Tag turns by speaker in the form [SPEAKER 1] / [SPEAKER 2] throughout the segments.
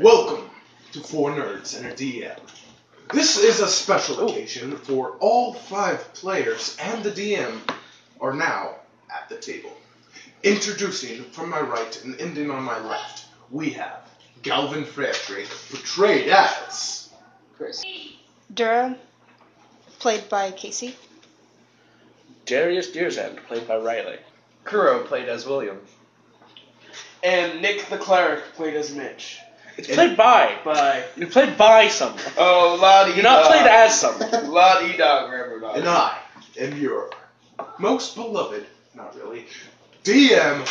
[SPEAKER 1] Welcome to Four Nerds and a DM. This is a special occasion for all five players and the DM are now at the table. Introducing from my right and ending on my left, we have Galvin Fairtrade, portrayed as
[SPEAKER 2] Chris.
[SPEAKER 3] Dura, played by Casey.
[SPEAKER 4] Darius Deersend, played by Riley.
[SPEAKER 5] Kuro played as William.
[SPEAKER 6] And Nick the cleric played as Mitch.
[SPEAKER 4] It's played by.
[SPEAKER 6] By
[SPEAKER 4] You're played by someone.
[SPEAKER 6] oh Lottie.
[SPEAKER 4] You're not played as someone.
[SPEAKER 6] Lottie Dog River Dog.
[SPEAKER 1] and I am your most beloved, not really, DM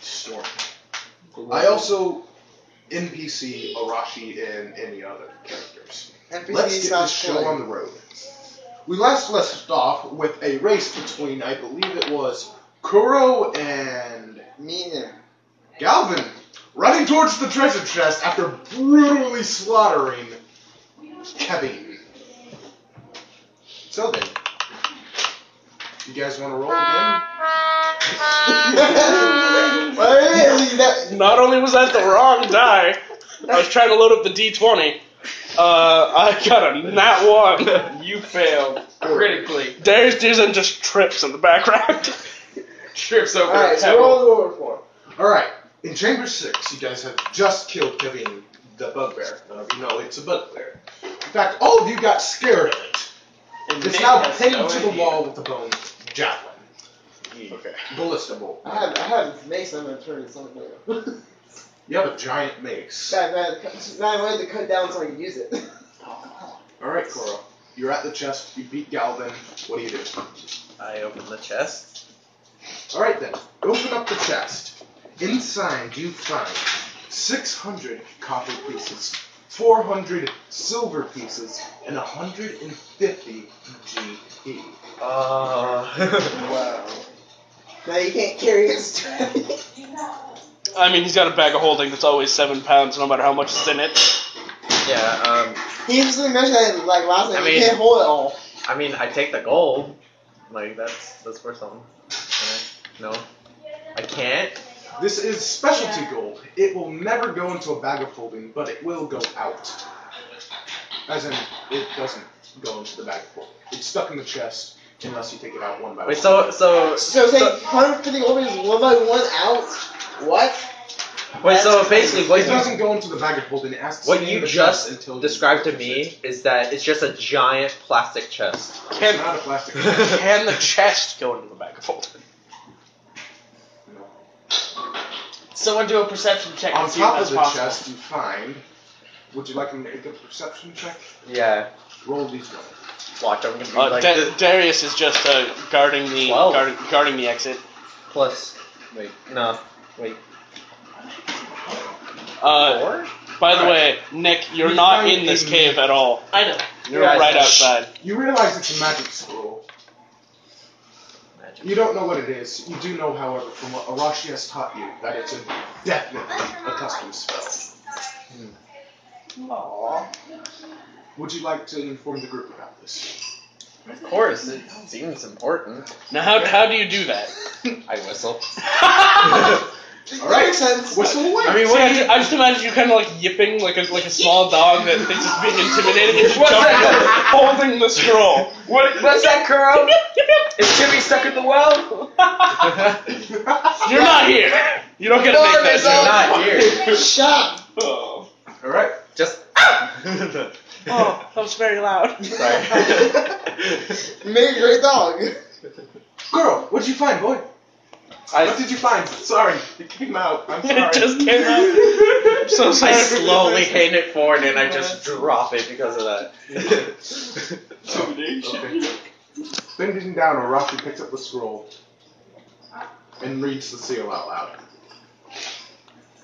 [SPEAKER 1] Storm. I also NPC Arashi and any other characters. Let's get this show on the road. We last left off with a race between, I believe it was Kuro and
[SPEAKER 2] Mina.
[SPEAKER 1] Galvin, running towards the treasure chest after brutally slaughtering Kevin. So then, you guys want to roll again?
[SPEAKER 2] Really? That,
[SPEAKER 4] Not only was that the wrong die, I was trying to load up the D20. Uh, I got a nat one.
[SPEAKER 6] You failed critically.
[SPEAKER 4] Darius Deersend just trips in the background.
[SPEAKER 6] Trips over
[SPEAKER 2] all right,
[SPEAKER 6] a
[SPEAKER 2] so
[SPEAKER 6] pebble.
[SPEAKER 2] roll over for him.
[SPEAKER 1] All right. In chamber six, you guys have just killed Kevin the bugbear. None of you know it's a bugbear. In fact, all of you got scared of it.
[SPEAKER 6] And
[SPEAKER 1] It's
[SPEAKER 6] Nick
[SPEAKER 1] now
[SPEAKER 6] has
[SPEAKER 1] pinned
[SPEAKER 6] no
[SPEAKER 1] to the
[SPEAKER 6] idea.
[SPEAKER 1] wall with the bone javelin. Okay. Ballista bolt.
[SPEAKER 2] I have, I have this mace I'm going to turn into something later.
[SPEAKER 1] You have a giant mace.
[SPEAKER 2] Bad, bad. It's not a way to cut down so I can use it.
[SPEAKER 1] All right, Cora. You're at the chest. You beat Galvin. What do you do?
[SPEAKER 5] I opened the chest.
[SPEAKER 1] All right then. Open up the chest. Inside, you find 600 copper pieces, 400 silver pieces, and E. 150 GP.
[SPEAKER 5] Uh,
[SPEAKER 2] wow. Now you can't carry his dragon.
[SPEAKER 4] I mean, he's got a bag of holding that's always seven pounds, no matter how much is in it.
[SPEAKER 5] yeah. Um,
[SPEAKER 2] he actually mentioned that like last time.
[SPEAKER 5] I
[SPEAKER 2] He
[SPEAKER 5] mean-
[SPEAKER 2] can't hold it all.
[SPEAKER 5] I mean, I take the gold. Like that's that's worth something. Can I? No, I can't.
[SPEAKER 1] This is specialty gold. It will never go into a bag of holding, but it will go out. As in, it doesn't go into the bag of holding. It's stuck in the chest unless you take it out one by
[SPEAKER 5] Wait.
[SPEAKER 1] one.
[SPEAKER 5] So so
[SPEAKER 2] So say 150 gold is one by one out. What?
[SPEAKER 5] wait. So basically,
[SPEAKER 1] it
[SPEAKER 5] what you
[SPEAKER 1] doesn't go into the bag of holding. It has to
[SPEAKER 5] What
[SPEAKER 1] stay
[SPEAKER 5] you
[SPEAKER 1] in the
[SPEAKER 5] just
[SPEAKER 1] chest until you
[SPEAKER 5] described to
[SPEAKER 1] touch
[SPEAKER 5] me
[SPEAKER 1] it.
[SPEAKER 5] is that it's just a giant plastic chest.
[SPEAKER 1] It's not a plastic.
[SPEAKER 4] Can the chest go into the bag of holding?
[SPEAKER 6] Someone do a perception check.
[SPEAKER 1] On
[SPEAKER 6] and see
[SPEAKER 1] top
[SPEAKER 6] if
[SPEAKER 1] of
[SPEAKER 6] that's
[SPEAKER 1] the
[SPEAKER 6] possible.
[SPEAKER 1] chest, you find. Would you like me to make a perception check?
[SPEAKER 5] yeah.
[SPEAKER 1] Roll these ones.
[SPEAKER 5] Watch. I'm gonna be
[SPEAKER 4] Uh,
[SPEAKER 5] like
[SPEAKER 4] Da-
[SPEAKER 5] this-
[SPEAKER 4] Darius is just uh, guarding the
[SPEAKER 5] Twelve.
[SPEAKER 4] guarding, guarding the exit.
[SPEAKER 5] plus. Wait. No. Wait.
[SPEAKER 4] Uh,
[SPEAKER 5] Four.
[SPEAKER 4] By the way, Nick, you're
[SPEAKER 1] You
[SPEAKER 4] not
[SPEAKER 1] find
[SPEAKER 4] in this
[SPEAKER 1] a-
[SPEAKER 4] cave at all.
[SPEAKER 6] I know.
[SPEAKER 4] You're
[SPEAKER 5] Yeah, I
[SPEAKER 4] right
[SPEAKER 5] know.
[SPEAKER 4] outside.
[SPEAKER 1] You realize it's a magic scroll.
[SPEAKER 5] Magic.
[SPEAKER 1] You don't know what it is. You do know, however, from what Arashi has taught you, that it's a definitely a custom spell.
[SPEAKER 2] Aww.
[SPEAKER 1] Hmm. Would you like to inform the group about this?
[SPEAKER 5] Of course, it seems important.
[SPEAKER 4] Now, how, how do you do that?
[SPEAKER 5] I whistle.
[SPEAKER 1] All right.
[SPEAKER 2] Makes sense.
[SPEAKER 1] Whistle away.
[SPEAKER 4] I mean, what do you, I just imagine you kind of like yipping like a, like a small dog that thinks it's being intimidated and
[SPEAKER 6] What's
[SPEAKER 4] jumping
[SPEAKER 6] that?
[SPEAKER 4] holding the scroll.
[SPEAKER 6] What? What's that, Kuro? Is Timmy stuck in the well?
[SPEAKER 4] You're not here. You don't get to
[SPEAKER 6] Norm
[SPEAKER 4] make
[SPEAKER 6] is on-
[SPEAKER 4] that.
[SPEAKER 5] not here.
[SPEAKER 2] Shut up.
[SPEAKER 4] Oh.
[SPEAKER 1] All right.
[SPEAKER 5] Just.
[SPEAKER 4] oh, that was very loud.
[SPEAKER 5] Sorry.
[SPEAKER 2] You made a great dog.
[SPEAKER 1] Girl, what'd you find, boy?
[SPEAKER 5] I-
[SPEAKER 1] What did you find? Sorry, it came out. I'm sorry.
[SPEAKER 4] it just came out. I'm so
[SPEAKER 5] I
[SPEAKER 4] sorry.
[SPEAKER 5] slowly hand it forward and I just drop it because of that.
[SPEAKER 1] Okay. Bending down, Arashi picks up the scroll and reads the seal out loud.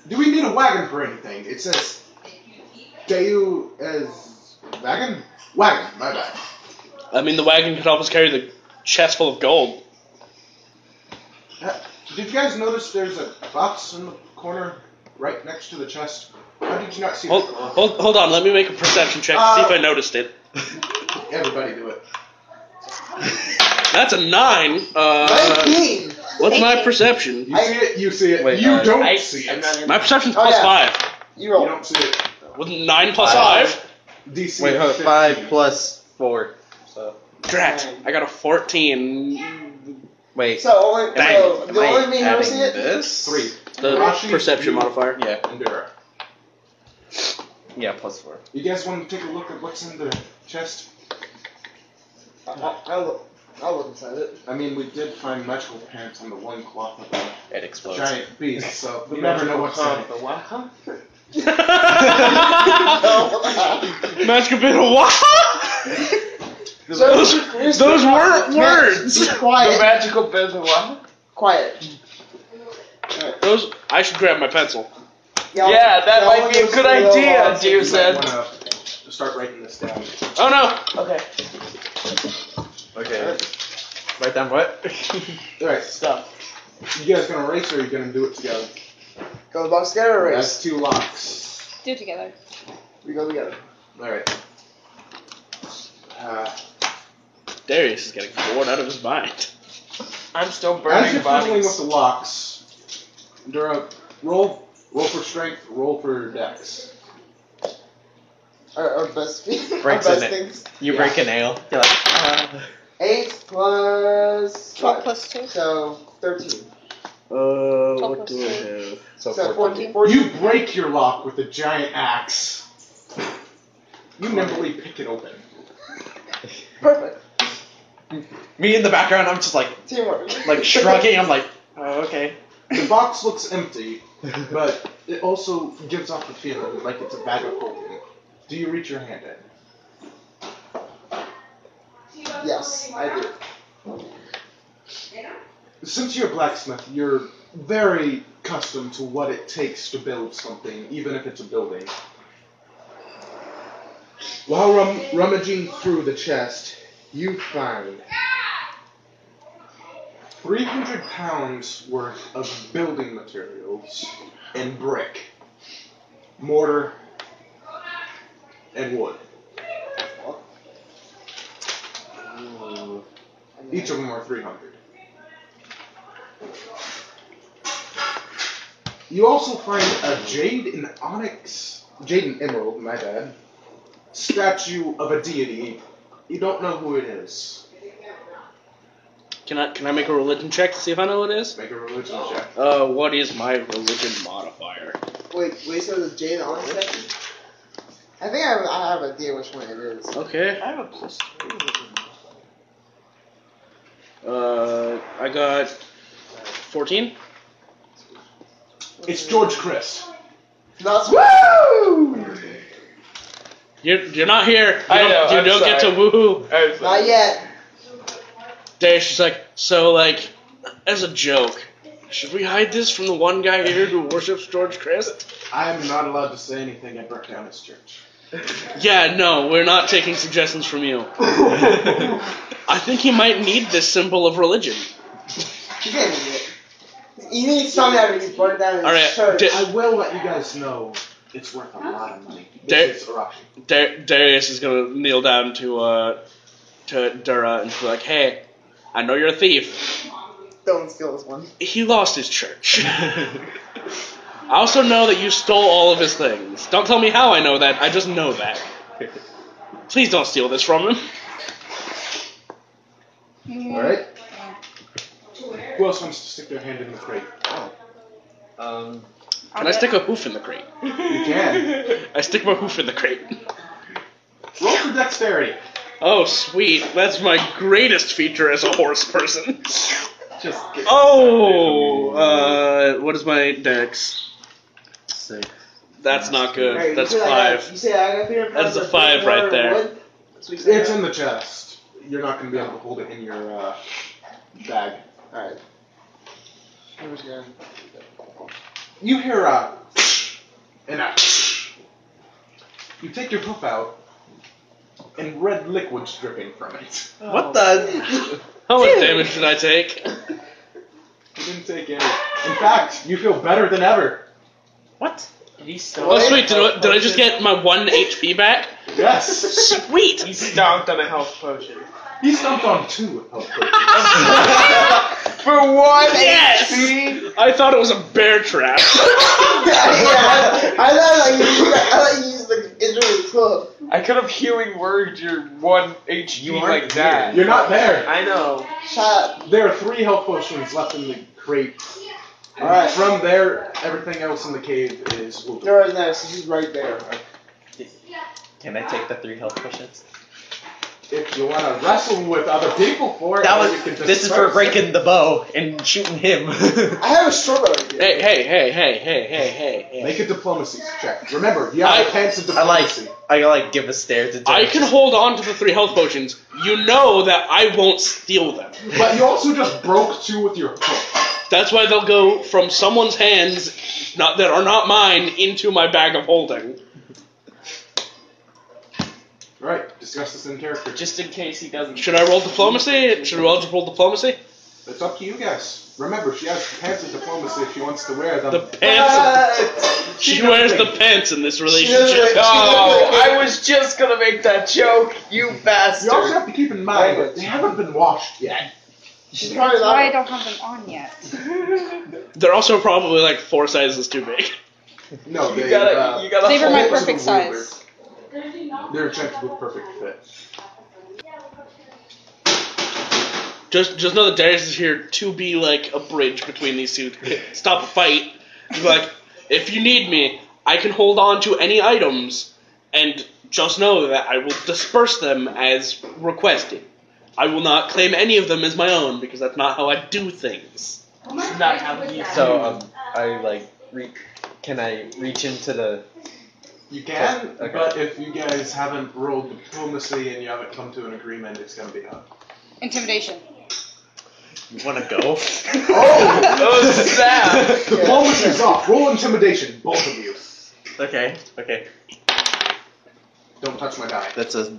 [SPEAKER 1] Do we need a wagon for anything? It says Deu as wagon? Wagon, my bad.
[SPEAKER 4] I mean, the wagon could help us carry the chest full of gold.
[SPEAKER 1] Uh, Did you guys notice there's a box in the corner right next to the chest? How did you not see
[SPEAKER 4] Hold,
[SPEAKER 1] that?
[SPEAKER 4] hold, hold on, let me make a perception check to see
[SPEAKER 2] Uh,
[SPEAKER 4] if I noticed it.
[SPEAKER 1] Everybody do it.
[SPEAKER 4] That's a nine. Uh,
[SPEAKER 2] 19.
[SPEAKER 4] what's my perception?
[SPEAKER 1] You see it, you see it,
[SPEAKER 5] Wait,
[SPEAKER 1] you
[SPEAKER 5] uh,
[SPEAKER 1] don't
[SPEAKER 6] I,
[SPEAKER 1] see
[SPEAKER 6] I'm
[SPEAKER 1] it.
[SPEAKER 6] not in
[SPEAKER 4] My perception's
[SPEAKER 2] Oh,
[SPEAKER 4] plus
[SPEAKER 2] yeah. Uh,
[SPEAKER 4] five.
[SPEAKER 2] You
[SPEAKER 1] You
[SPEAKER 2] roll.
[SPEAKER 1] don't see it.
[SPEAKER 4] With nine plus
[SPEAKER 5] Five.
[SPEAKER 4] five.
[SPEAKER 1] DC.
[SPEAKER 5] Wait,
[SPEAKER 1] is
[SPEAKER 5] hold on,
[SPEAKER 1] 15.
[SPEAKER 5] five plus four. So
[SPEAKER 4] Drat. I got a fourteen.
[SPEAKER 5] wait,
[SPEAKER 2] So only
[SPEAKER 4] Dang.
[SPEAKER 2] so the
[SPEAKER 5] am I
[SPEAKER 2] only me who
[SPEAKER 5] adding
[SPEAKER 2] see it.
[SPEAKER 5] this?
[SPEAKER 1] Three.
[SPEAKER 4] The
[SPEAKER 1] Rashi,
[SPEAKER 4] perception
[SPEAKER 1] you-
[SPEAKER 4] modifier.
[SPEAKER 5] Yeah,
[SPEAKER 1] Endura.
[SPEAKER 5] yeah, plus four.
[SPEAKER 1] You guys want to take a look at what's in the chest?
[SPEAKER 2] I- I- I'll look. I'll look inside it.
[SPEAKER 1] I mean, we did find magical pants on the one cloth of a
[SPEAKER 5] It explodes.
[SPEAKER 1] giant beast, so we never know what's in it.
[SPEAKER 4] Magic bit of what? Those, those weren't words.
[SPEAKER 2] Be quiet.
[SPEAKER 6] magical bit of what?
[SPEAKER 2] Quiet.
[SPEAKER 4] Those. I should grab my pencil.
[SPEAKER 2] Y'all-
[SPEAKER 6] Yeah, that
[SPEAKER 2] y'all
[SPEAKER 6] might be a
[SPEAKER 2] just
[SPEAKER 6] good
[SPEAKER 2] roll
[SPEAKER 6] idea,
[SPEAKER 2] off.
[SPEAKER 6] dear
[SPEAKER 1] You might
[SPEAKER 6] said.
[SPEAKER 1] wanna Start writing this down.
[SPEAKER 4] Oh no.
[SPEAKER 6] Okay.
[SPEAKER 5] Okay. Write down what?
[SPEAKER 1] Alright,
[SPEAKER 6] Stuff.
[SPEAKER 1] you guys gonna race or are you gonna do it together?
[SPEAKER 2] Go to box together or race.
[SPEAKER 1] That's two locks.
[SPEAKER 3] Do it together.
[SPEAKER 2] We go together.
[SPEAKER 1] Alright. Uh,
[SPEAKER 4] Darius is getting bored out of his mind.
[SPEAKER 6] I'm still
[SPEAKER 1] as
[SPEAKER 6] burning
[SPEAKER 1] you're fiddling with
[SPEAKER 6] bodies.
[SPEAKER 1] the locks, Dura, roll, roll for strength, roll for dex.
[SPEAKER 2] Our, our best feet.
[SPEAKER 5] Breaks
[SPEAKER 2] our
[SPEAKER 5] in
[SPEAKER 2] best
[SPEAKER 5] it.
[SPEAKER 2] things.
[SPEAKER 5] You break a nail. You're like, ah.
[SPEAKER 2] Eight plus.
[SPEAKER 3] 12
[SPEAKER 2] five.
[SPEAKER 3] plus 2.
[SPEAKER 2] So thirteen.
[SPEAKER 5] Uh,
[SPEAKER 3] what do I
[SPEAKER 5] have? So,
[SPEAKER 2] So
[SPEAKER 5] 14.
[SPEAKER 2] fourteen.
[SPEAKER 1] You break your lock with a giant axe. You nimbly pick it open.
[SPEAKER 2] Perfect.
[SPEAKER 5] Me in the background, I'm just like,
[SPEAKER 2] Teamwork.
[SPEAKER 5] like shrugging. I'm like, oh, okay.
[SPEAKER 1] The box looks empty, but it also gives off the feeling like it's a bag of holding. Do you reach your hand in?
[SPEAKER 2] Yes, I do.
[SPEAKER 1] Since you're a blacksmith, you're very accustomed to what it takes to build something, even if it's a building. While rum- rummaging through the chest, you find 300 pounds worth of building materials and brick, mortar, and wood. Each of them are 300. You also find a jade and onyx, jade and emerald, my bad, statue of a deity. You don't know who it is.
[SPEAKER 4] Can I can I make a religion check to see if I know what it is?
[SPEAKER 1] Make a religion check.
[SPEAKER 4] Uh, what is my religion modifier?
[SPEAKER 2] Wait, wait. So is Jane on it? I think I have, I have an idea which one it is.
[SPEAKER 4] Okay.
[SPEAKER 6] I have a plus three.
[SPEAKER 4] Uh, I got fourteen.
[SPEAKER 1] It's George Chris.
[SPEAKER 2] That's
[SPEAKER 4] You're you're not here. You
[SPEAKER 6] I
[SPEAKER 4] don't,
[SPEAKER 6] know,
[SPEAKER 4] You
[SPEAKER 6] I'm
[SPEAKER 4] don't get to
[SPEAKER 6] sorry.
[SPEAKER 4] woohoo.
[SPEAKER 2] Not yet.
[SPEAKER 4] Darius is like, so like, as a joke, should we hide this from the one guy here who worships George Christ?
[SPEAKER 1] I'm not allowed to say anything at burnt down his church.
[SPEAKER 4] Yeah, no, we're not taking suggestions from you. I think he might need this symbol of religion.
[SPEAKER 2] He's getting it. You need to tell me after you burn down his
[SPEAKER 4] All right,
[SPEAKER 2] church.
[SPEAKER 4] di-
[SPEAKER 1] I will let you guys know it's worth a lot of money.
[SPEAKER 4] There-
[SPEAKER 1] This is Arashi.
[SPEAKER 4] Dar- Darius is gonna kneel down to uh, to Dura and be like, hey, I know you're a thief.
[SPEAKER 2] Don't steal this one.
[SPEAKER 4] He lost his church. I also know that you stole all of his things. Don't tell me how I know that. I just know that. Please don't steal this from him.
[SPEAKER 1] Alright? Who else wants to stick their hand in the Oh, crate?
[SPEAKER 5] Um,
[SPEAKER 4] Can I stick a hoof in the crate?
[SPEAKER 1] You can.
[SPEAKER 4] I stick my hoof in the crate.
[SPEAKER 1] Roll for dexterity.
[SPEAKER 4] Oh, sweet. That's my greatest feature as a horse person.
[SPEAKER 1] Just get
[SPEAKER 4] Oh, uh, what is my dex?
[SPEAKER 5] six.
[SPEAKER 4] That's not
[SPEAKER 2] Alright,
[SPEAKER 4] good.
[SPEAKER 2] you
[SPEAKER 4] That's
[SPEAKER 2] said I got-
[SPEAKER 4] five.
[SPEAKER 2] You said I got three hundred
[SPEAKER 4] That is
[SPEAKER 2] pounds
[SPEAKER 4] a
[SPEAKER 2] of
[SPEAKER 4] five right
[SPEAKER 2] wood.
[SPEAKER 4] there.
[SPEAKER 2] So we said-
[SPEAKER 1] It's in the chest. You're not going to be able to hold it in your uh, bag.
[SPEAKER 2] Alright. I'm just gonna-
[SPEAKER 1] You hear uh, a and a. You take your hoof out, and red liquid's dripping from it.
[SPEAKER 4] What the? How much damage did I take?
[SPEAKER 1] You didn't take any. In fact, you feel better than ever.
[SPEAKER 5] What?
[SPEAKER 6] He
[SPEAKER 4] Oh,
[SPEAKER 6] stomped.
[SPEAKER 4] sweet. Did I, did I just get my one HP back?
[SPEAKER 1] Yes.
[SPEAKER 4] Sweet.
[SPEAKER 6] He stomped on a health potion.
[SPEAKER 1] He stomped on two. of them.
[SPEAKER 2] For one
[SPEAKER 4] Yes!
[SPEAKER 2] HP?
[SPEAKER 4] I thought it was a bear trap.
[SPEAKER 2] yeah, I thought like, you- I thought you used the injury club.
[SPEAKER 6] I could have healing word your one HP
[SPEAKER 5] You aren't
[SPEAKER 6] like that.
[SPEAKER 1] You're not there.
[SPEAKER 5] I know.
[SPEAKER 2] Shot.
[SPEAKER 1] There are three health potions left in the crate. And
[SPEAKER 2] Alright.
[SPEAKER 1] From there, everything else in the cave is. We'll
[SPEAKER 2] Dora's next. She's right there.
[SPEAKER 5] Can I take the three health potions?
[SPEAKER 1] if you want to wrestle with other people for it,
[SPEAKER 5] That
[SPEAKER 1] or
[SPEAKER 5] was.
[SPEAKER 1] you can
[SPEAKER 5] This is for
[SPEAKER 1] disperse it.
[SPEAKER 5] breaking the bow and shooting him.
[SPEAKER 2] I have a short idea.
[SPEAKER 4] hey, hey, hey, hey, hey, hey, hey, hey.
[SPEAKER 1] Make a diplomacy check. Remember, you have
[SPEAKER 4] I-
[SPEAKER 1] a chance of
[SPEAKER 5] I like-
[SPEAKER 1] diplomacy.
[SPEAKER 5] I like give a stare to.
[SPEAKER 4] I
[SPEAKER 5] Jack.
[SPEAKER 4] can hold on to the three health potions. You know that I won't steal them.
[SPEAKER 1] But you also just broke two with your hook.
[SPEAKER 4] That's why they'll go from someone's hands, not that are not mine, into my bag of holding.
[SPEAKER 1] Right. Discuss this in character.
[SPEAKER 6] Just in case he doesn't.
[SPEAKER 4] Should I roll diplomacy? Should I roll, roll diplomacy?
[SPEAKER 1] It's up to you guys. Remember, she has pants of diplomacy if she wants to wear them.
[SPEAKER 4] The pants.
[SPEAKER 2] What?
[SPEAKER 4] She wears the pants in this
[SPEAKER 2] Uh, doesn't-
[SPEAKER 4] relationship.
[SPEAKER 6] Oh, I was just gonna make that joke, you
[SPEAKER 1] you also
[SPEAKER 6] bastard.
[SPEAKER 1] have to keep in mind that they haven't been washed yet.
[SPEAKER 2] She's probably
[SPEAKER 3] Why I
[SPEAKER 2] not.
[SPEAKER 3] don't have them on yet.
[SPEAKER 4] They're also probably like four sizes too big.
[SPEAKER 1] No,
[SPEAKER 6] You
[SPEAKER 1] they.
[SPEAKER 6] gotta,
[SPEAKER 1] uh,
[SPEAKER 6] you gotta
[SPEAKER 3] They were
[SPEAKER 1] hold
[SPEAKER 3] my
[SPEAKER 1] it
[SPEAKER 6] hold.
[SPEAKER 1] to the
[SPEAKER 3] perfect
[SPEAKER 1] ruler.
[SPEAKER 3] size.
[SPEAKER 1] They're checked with perfect fit.
[SPEAKER 4] Just, just know that Darius is here to be like a bridge between these two. Stop a fight. Be like, if you need me, I can hold on to any items, and just know that I will disperse them as requested. I will not claim any of them as my own because that's not how I do things.
[SPEAKER 6] It's not how he-
[SPEAKER 5] So um, I like. Re- can I reach into the?
[SPEAKER 1] You can,
[SPEAKER 5] Okay.
[SPEAKER 1] but if you guys haven't rolled diplomacy and you haven't come to an agreement, it's gonna be hard.
[SPEAKER 3] Intimidation.
[SPEAKER 5] You want to go?
[SPEAKER 1] Oh!
[SPEAKER 6] Oh, snap!
[SPEAKER 1] Diplomacy's off. Roll intimidation, both of you.
[SPEAKER 5] okay. Okay.
[SPEAKER 1] Don't touch my die.
[SPEAKER 5] That's a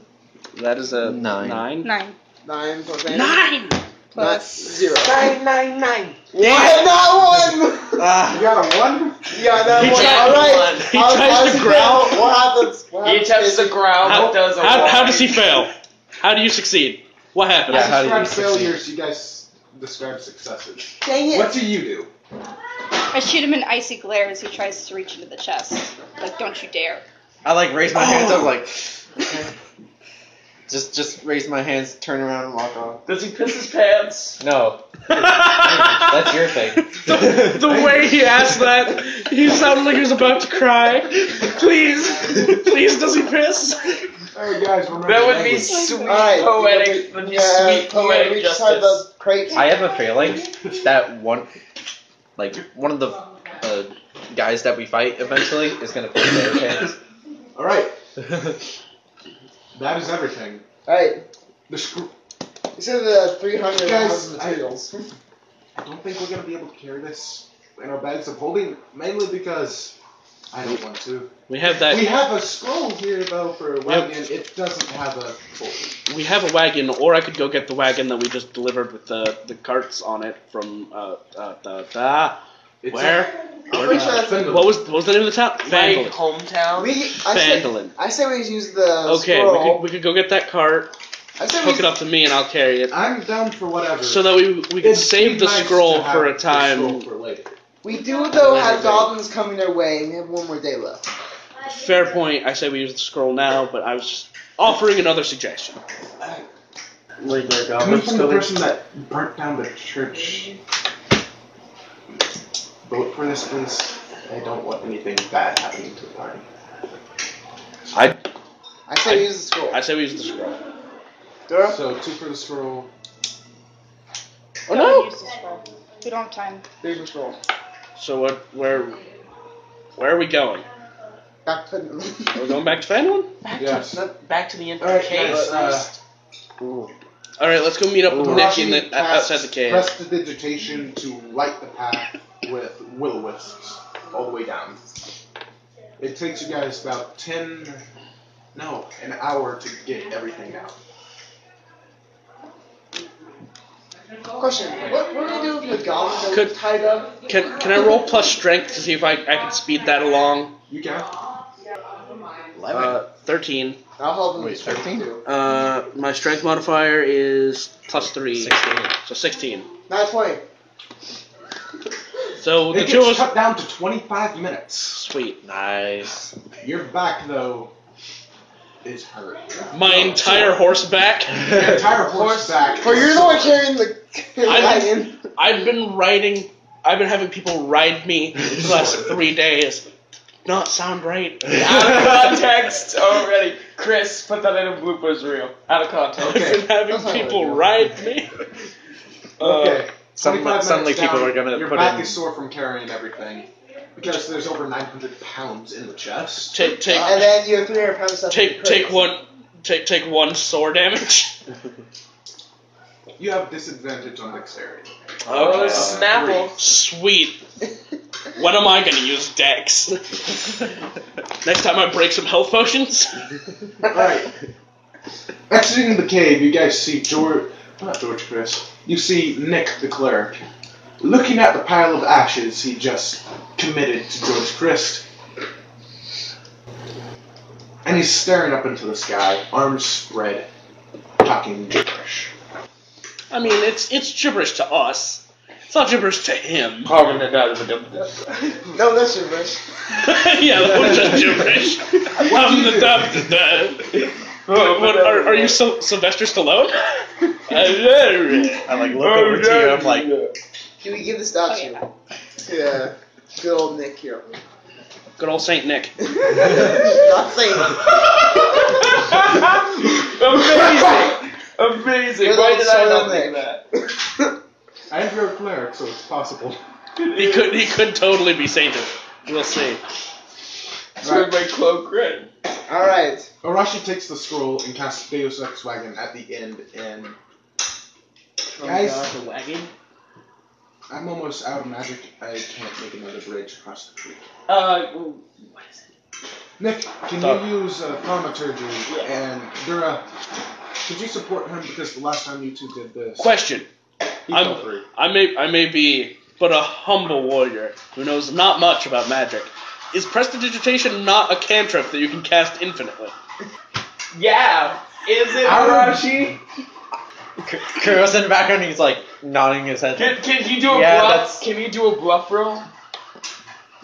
[SPEAKER 4] That is a
[SPEAKER 5] Nine.
[SPEAKER 3] Nine.
[SPEAKER 2] Nine plus nine.
[SPEAKER 4] Nine.
[SPEAKER 2] Not
[SPEAKER 3] Plus.
[SPEAKER 2] zero.
[SPEAKER 6] Nine, nine, nine.
[SPEAKER 2] Why not one?
[SPEAKER 4] Ah,
[SPEAKER 1] You got a one?
[SPEAKER 2] Yeah, that
[SPEAKER 4] He
[SPEAKER 2] one.
[SPEAKER 4] tried-
[SPEAKER 2] All right.
[SPEAKER 4] he
[SPEAKER 2] I'll-
[SPEAKER 4] tries
[SPEAKER 2] I'll
[SPEAKER 4] to
[SPEAKER 2] sit
[SPEAKER 4] growl.
[SPEAKER 2] down. What happens? What
[SPEAKER 6] He
[SPEAKER 2] happens
[SPEAKER 6] taps
[SPEAKER 2] is-
[SPEAKER 6] the ground.
[SPEAKER 4] How,
[SPEAKER 6] does a
[SPEAKER 4] how,
[SPEAKER 6] walk.
[SPEAKER 4] how does he fail? How do you succeed? What happened?
[SPEAKER 5] Yeah, how do you
[SPEAKER 1] describe
[SPEAKER 5] succeed?
[SPEAKER 1] failures, you guys describe successes.
[SPEAKER 2] Dang it.
[SPEAKER 1] What do you do?
[SPEAKER 3] I shoot him an icy glare as he tries to reach into the chest. Like, don't you dare.
[SPEAKER 5] I like raise my hands up
[SPEAKER 1] Oh.
[SPEAKER 5] like just just raise my hands, turn around and walk off.
[SPEAKER 6] Does he piss his pants?
[SPEAKER 5] No.
[SPEAKER 4] That's
[SPEAKER 5] your thing.
[SPEAKER 4] The, the way he asked that, he sounded like he was about to cry. Please, please, does he piss?
[SPEAKER 1] Oh, you guys, remember
[SPEAKER 6] That would be
[SPEAKER 1] language.
[SPEAKER 6] sweet
[SPEAKER 2] Alright,
[SPEAKER 6] poetic. That'd be sweet
[SPEAKER 2] we
[SPEAKER 6] poetic
[SPEAKER 2] just had
[SPEAKER 6] justice.
[SPEAKER 2] the crate.
[SPEAKER 5] I have a failing that one like one of the uh, guys that we fight eventually is gonna put their hands.
[SPEAKER 1] All right, that is everything.
[SPEAKER 2] Alright,
[SPEAKER 1] The screw.
[SPEAKER 2] this is the 300
[SPEAKER 1] Guys,
[SPEAKER 2] pounds of materials.
[SPEAKER 1] I don't think we're gonna be able to carry this in our bags of holding, mainly because I don't want to.
[SPEAKER 4] We have that.
[SPEAKER 1] We have a scroll here though for a wagon. It doesn't have a.
[SPEAKER 4] We have a wagon, or I could go get the wagon that we just delivered with the, the carts on it from uh uh da, da.
[SPEAKER 1] It's
[SPEAKER 4] where?
[SPEAKER 1] A,
[SPEAKER 2] pretty sure that's-
[SPEAKER 4] What was what was the name of the town?
[SPEAKER 6] like
[SPEAKER 4] Vandalin.
[SPEAKER 6] hometown.
[SPEAKER 2] we, I said,
[SPEAKER 4] Vandalin.
[SPEAKER 2] I said we use the
[SPEAKER 4] Okay, we
[SPEAKER 2] scroll.
[SPEAKER 4] could, we could go get that cart,
[SPEAKER 2] I said we
[SPEAKER 4] hook it up to me, and I'll carry it.
[SPEAKER 1] I'm down for whatever.
[SPEAKER 4] So that we we can
[SPEAKER 1] It'd
[SPEAKER 4] save
[SPEAKER 1] be
[SPEAKER 4] the
[SPEAKER 1] nice
[SPEAKER 4] scroll
[SPEAKER 1] to have
[SPEAKER 4] for a
[SPEAKER 1] the
[SPEAKER 4] time.
[SPEAKER 1] scroll for later.
[SPEAKER 2] We do though have
[SPEAKER 1] Everything.
[SPEAKER 2] goblins coming their way, and we have one more day left.
[SPEAKER 4] Fair point. I say we use the scroll now, but I was just offering another suggestion.
[SPEAKER 5] Regular
[SPEAKER 1] Coming from the person that burnt down the church. Vote for this, please. I don't want anything bad happening to the party.
[SPEAKER 2] I said we use the scroll.
[SPEAKER 4] I say we use the scroll.
[SPEAKER 2] Dora?
[SPEAKER 1] So two for the scroll.
[SPEAKER 4] Oh
[SPEAKER 3] Don't
[SPEAKER 4] no!
[SPEAKER 3] use the scroll. We don't have time.
[SPEAKER 2] There's the scroll.
[SPEAKER 4] So what? Where? Where are we going?
[SPEAKER 2] Back to the.
[SPEAKER 4] Are we going back to Fandolin?
[SPEAKER 6] Back,
[SPEAKER 1] Yes.
[SPEAKER 6] to, back to the end of
[SPEAKER 1] All
[SPEAKER 6] the
[SPEAKER 1] right,
[SPEAKER 6] cave.
[SPEAKER 1] guys. Uh,
[SPEAKER 4] All right, let's go meet up with
[SPEAKER 5] Ooh.
[SPEAKER 4] Nick in
[SPEAKER 2] Rashi
[SPEAKER 4] the, uh,
[SPEAKER 2] casts
[SPEAKER 4] outside the cave.
[SPEAKER 1] Press the digitation to light the path with will o wisps all the way down. It takes you guys about 10, no, an hour to get everything out.
[SPEAKER 2] Question: What what do we do with the goblins that
[SPEAKER 4] Could-
[SPEAKER 2] we tied up?
[SPEAKER 4] Can, can I roll plus strength to see if I, I can speed that along?
[SPEAKER 1] You can?
[SPEAKER 5] Uh,
[SPEAKER 4] Thirteen.
[SPEAKER 2] I'll help him
[SPEAKER 5] Wait,
[SPEAKER 2] with strength
[SPEAKER 5] 13?
[SPEAKER 2] too.
[SPEAKER 4] Uh, my strength modifier is plus three,
[SPEAKER 5] 16.
[SPEAKER 4] so sixteen.
[SPEAKER 2] Not twenty.
[SPEAKER 4] So the
[SPEAKER 1] it
[SPEAKER 4] two
[SPEAKER 1] gets
[SPEAKER 4] of us.
[SPEAKER 1] cut down to 25 minutes.
[SPEAKER 4] Sweet.
[SPEAKER 5] Nice.
[SPEAKER 1] Your back, though, is hurt.
[SPEAKER 4] My entire horseback.
[SPEAKER 1] Your entire horseback.
[SPEAKER 2] But Oh, you're the one carrying the the wagon.
[SPEAKER 4] I've been riding. I've been having people ride me for the last three days. Not sound right.
[SPEAKER 6] Out of context already. Chris, put that in a bloopers reel. Out of context.
[SPEAKER 4] I've been
[SPEAKER 2] That's
[SPEAKER 4] having
[SPEAKER 2] not what
[SPEAKER 4] people
[SPEAKER 2] I do.
[SPEAKER 4] ride me. Uh,
[SPEAKER 1] Okay.
[SPEAKER 5] Uh, Suddenly,
[SPEAKER 1] 25
[SPEAKER 5] suddenly
[SPEAKER 1] minutes
[SPEAKER 5] people
[SPEAKER 1] down,
[SPEAKER 5] are going to
[SPEAKER 1] Your
[SPEAKER 5] put
[SPEAKER 1] back
[SPEAKER 5] in.
[SPEAKER 1] is sore from carrying everything because there's over 900 pounds in the chest.
[SPEAKER 4] Take
[SPEAKER 2] and
[SPEAKER 4] take
[SPEAKER 2] then you have 300 pounds of stuff.
[SPEAKER 4] take take one take take one sore damage.
[SPEAKER 1] You have disadvantage on dexterity.
[SPEAKER 6] Oh,
[SPEAKER 5] Okay.
[SPEAKER 2] Uh,
[SPEAKER 6] Snapple.
[SPEAKER 4] Sweet. When am I gonna use Dex? Next time I break some health potions.
[SPEAKER 1] Alright. Exiting the cave, you guys see George. Not George Chris. You see Nick the clerk. Looking at the pile of ashes he just committed to George Christ. And he's staring up into the sky, arms spread, talking gibberish.
[SPEAKER 4] I mean, it's it's gibberish to us. It's not gibberish to him.
[SPEAKER 6] Carbon it out of the
[SPEAKER 2] No, that's your wish.
[SPEAKER 4] yeah, that was just gibberish. Um, the, the, the, what, are, are you Syl- Sylvester Stallone?
[SPEAKER 5] I like look over to you. I'm like,
[SPEAKER 2] Can we give this out
[SPEAKER 3] Oh,
[SPEAKER 2] to
[SPEAKER 3] yeah.
[SPEAKER 2] to, uh, good old Nick here?
[SPEAKER 4] Good old Saint Nick.
[SPEAKER 2] Not saying.
[SPEAKER 6] Amazing! Amazing!
[SPEAKER 2] You're
[SPEAKER 6] Why
[SPEAKER 2] like
[SPEAKER 6] did
[SPEAKER 2] so
[SPEAKER 6] I not
[SPEAKER 2] thick.
[SPEAKER 6] think that?
[SPEAKER 1] I am your cleric, so it's possible.
[SPEAKER 4] He could he could totally be sainted. We'll see.
[SPEAKER 6] Turned my cloak red.
[SPEAKER 2] All right.
[SPEAKER 1] Arashi takes the scroll and casts Deus Ex Wagon at the end, and Guys.
[SPEAKER 4] the wagon.
[SPEAKER 1] I'm almost out of magic. I can't make another bridge across the creek.
[SPEAKER 6] Uh, what is it?
[SPEAKER 1] Nick, can
[SPEAKER 4] Sorry.
[SPEAKER 1] you use uh, thaumaturgy and Dura? Could you support him because the last time you two did this,
[SPEAKER 4] Question:
[SPEAKER 1] he
[SPEAKER 4] I'm-
[SPEAKER 1] fell through.
[SPEAKER 4] I may I may be but a humble warrior who knows not much about magic. Is prestidigitation not a cantrip that you can cast infinitely?
[SPEAKER 6] Yeah! Is it
[SPEAKER 1] Arashi?
[SPEAKER 5] Kuro's in the background. He's like nodding his head.
[SPEAKER 6] Can, can you do a
[SPEAKER 5] Yeah,
[SPEAKER 6] bluff?
[SPEAKER 5] that's-
[SPEAKER 6] Can you do a bluff roll?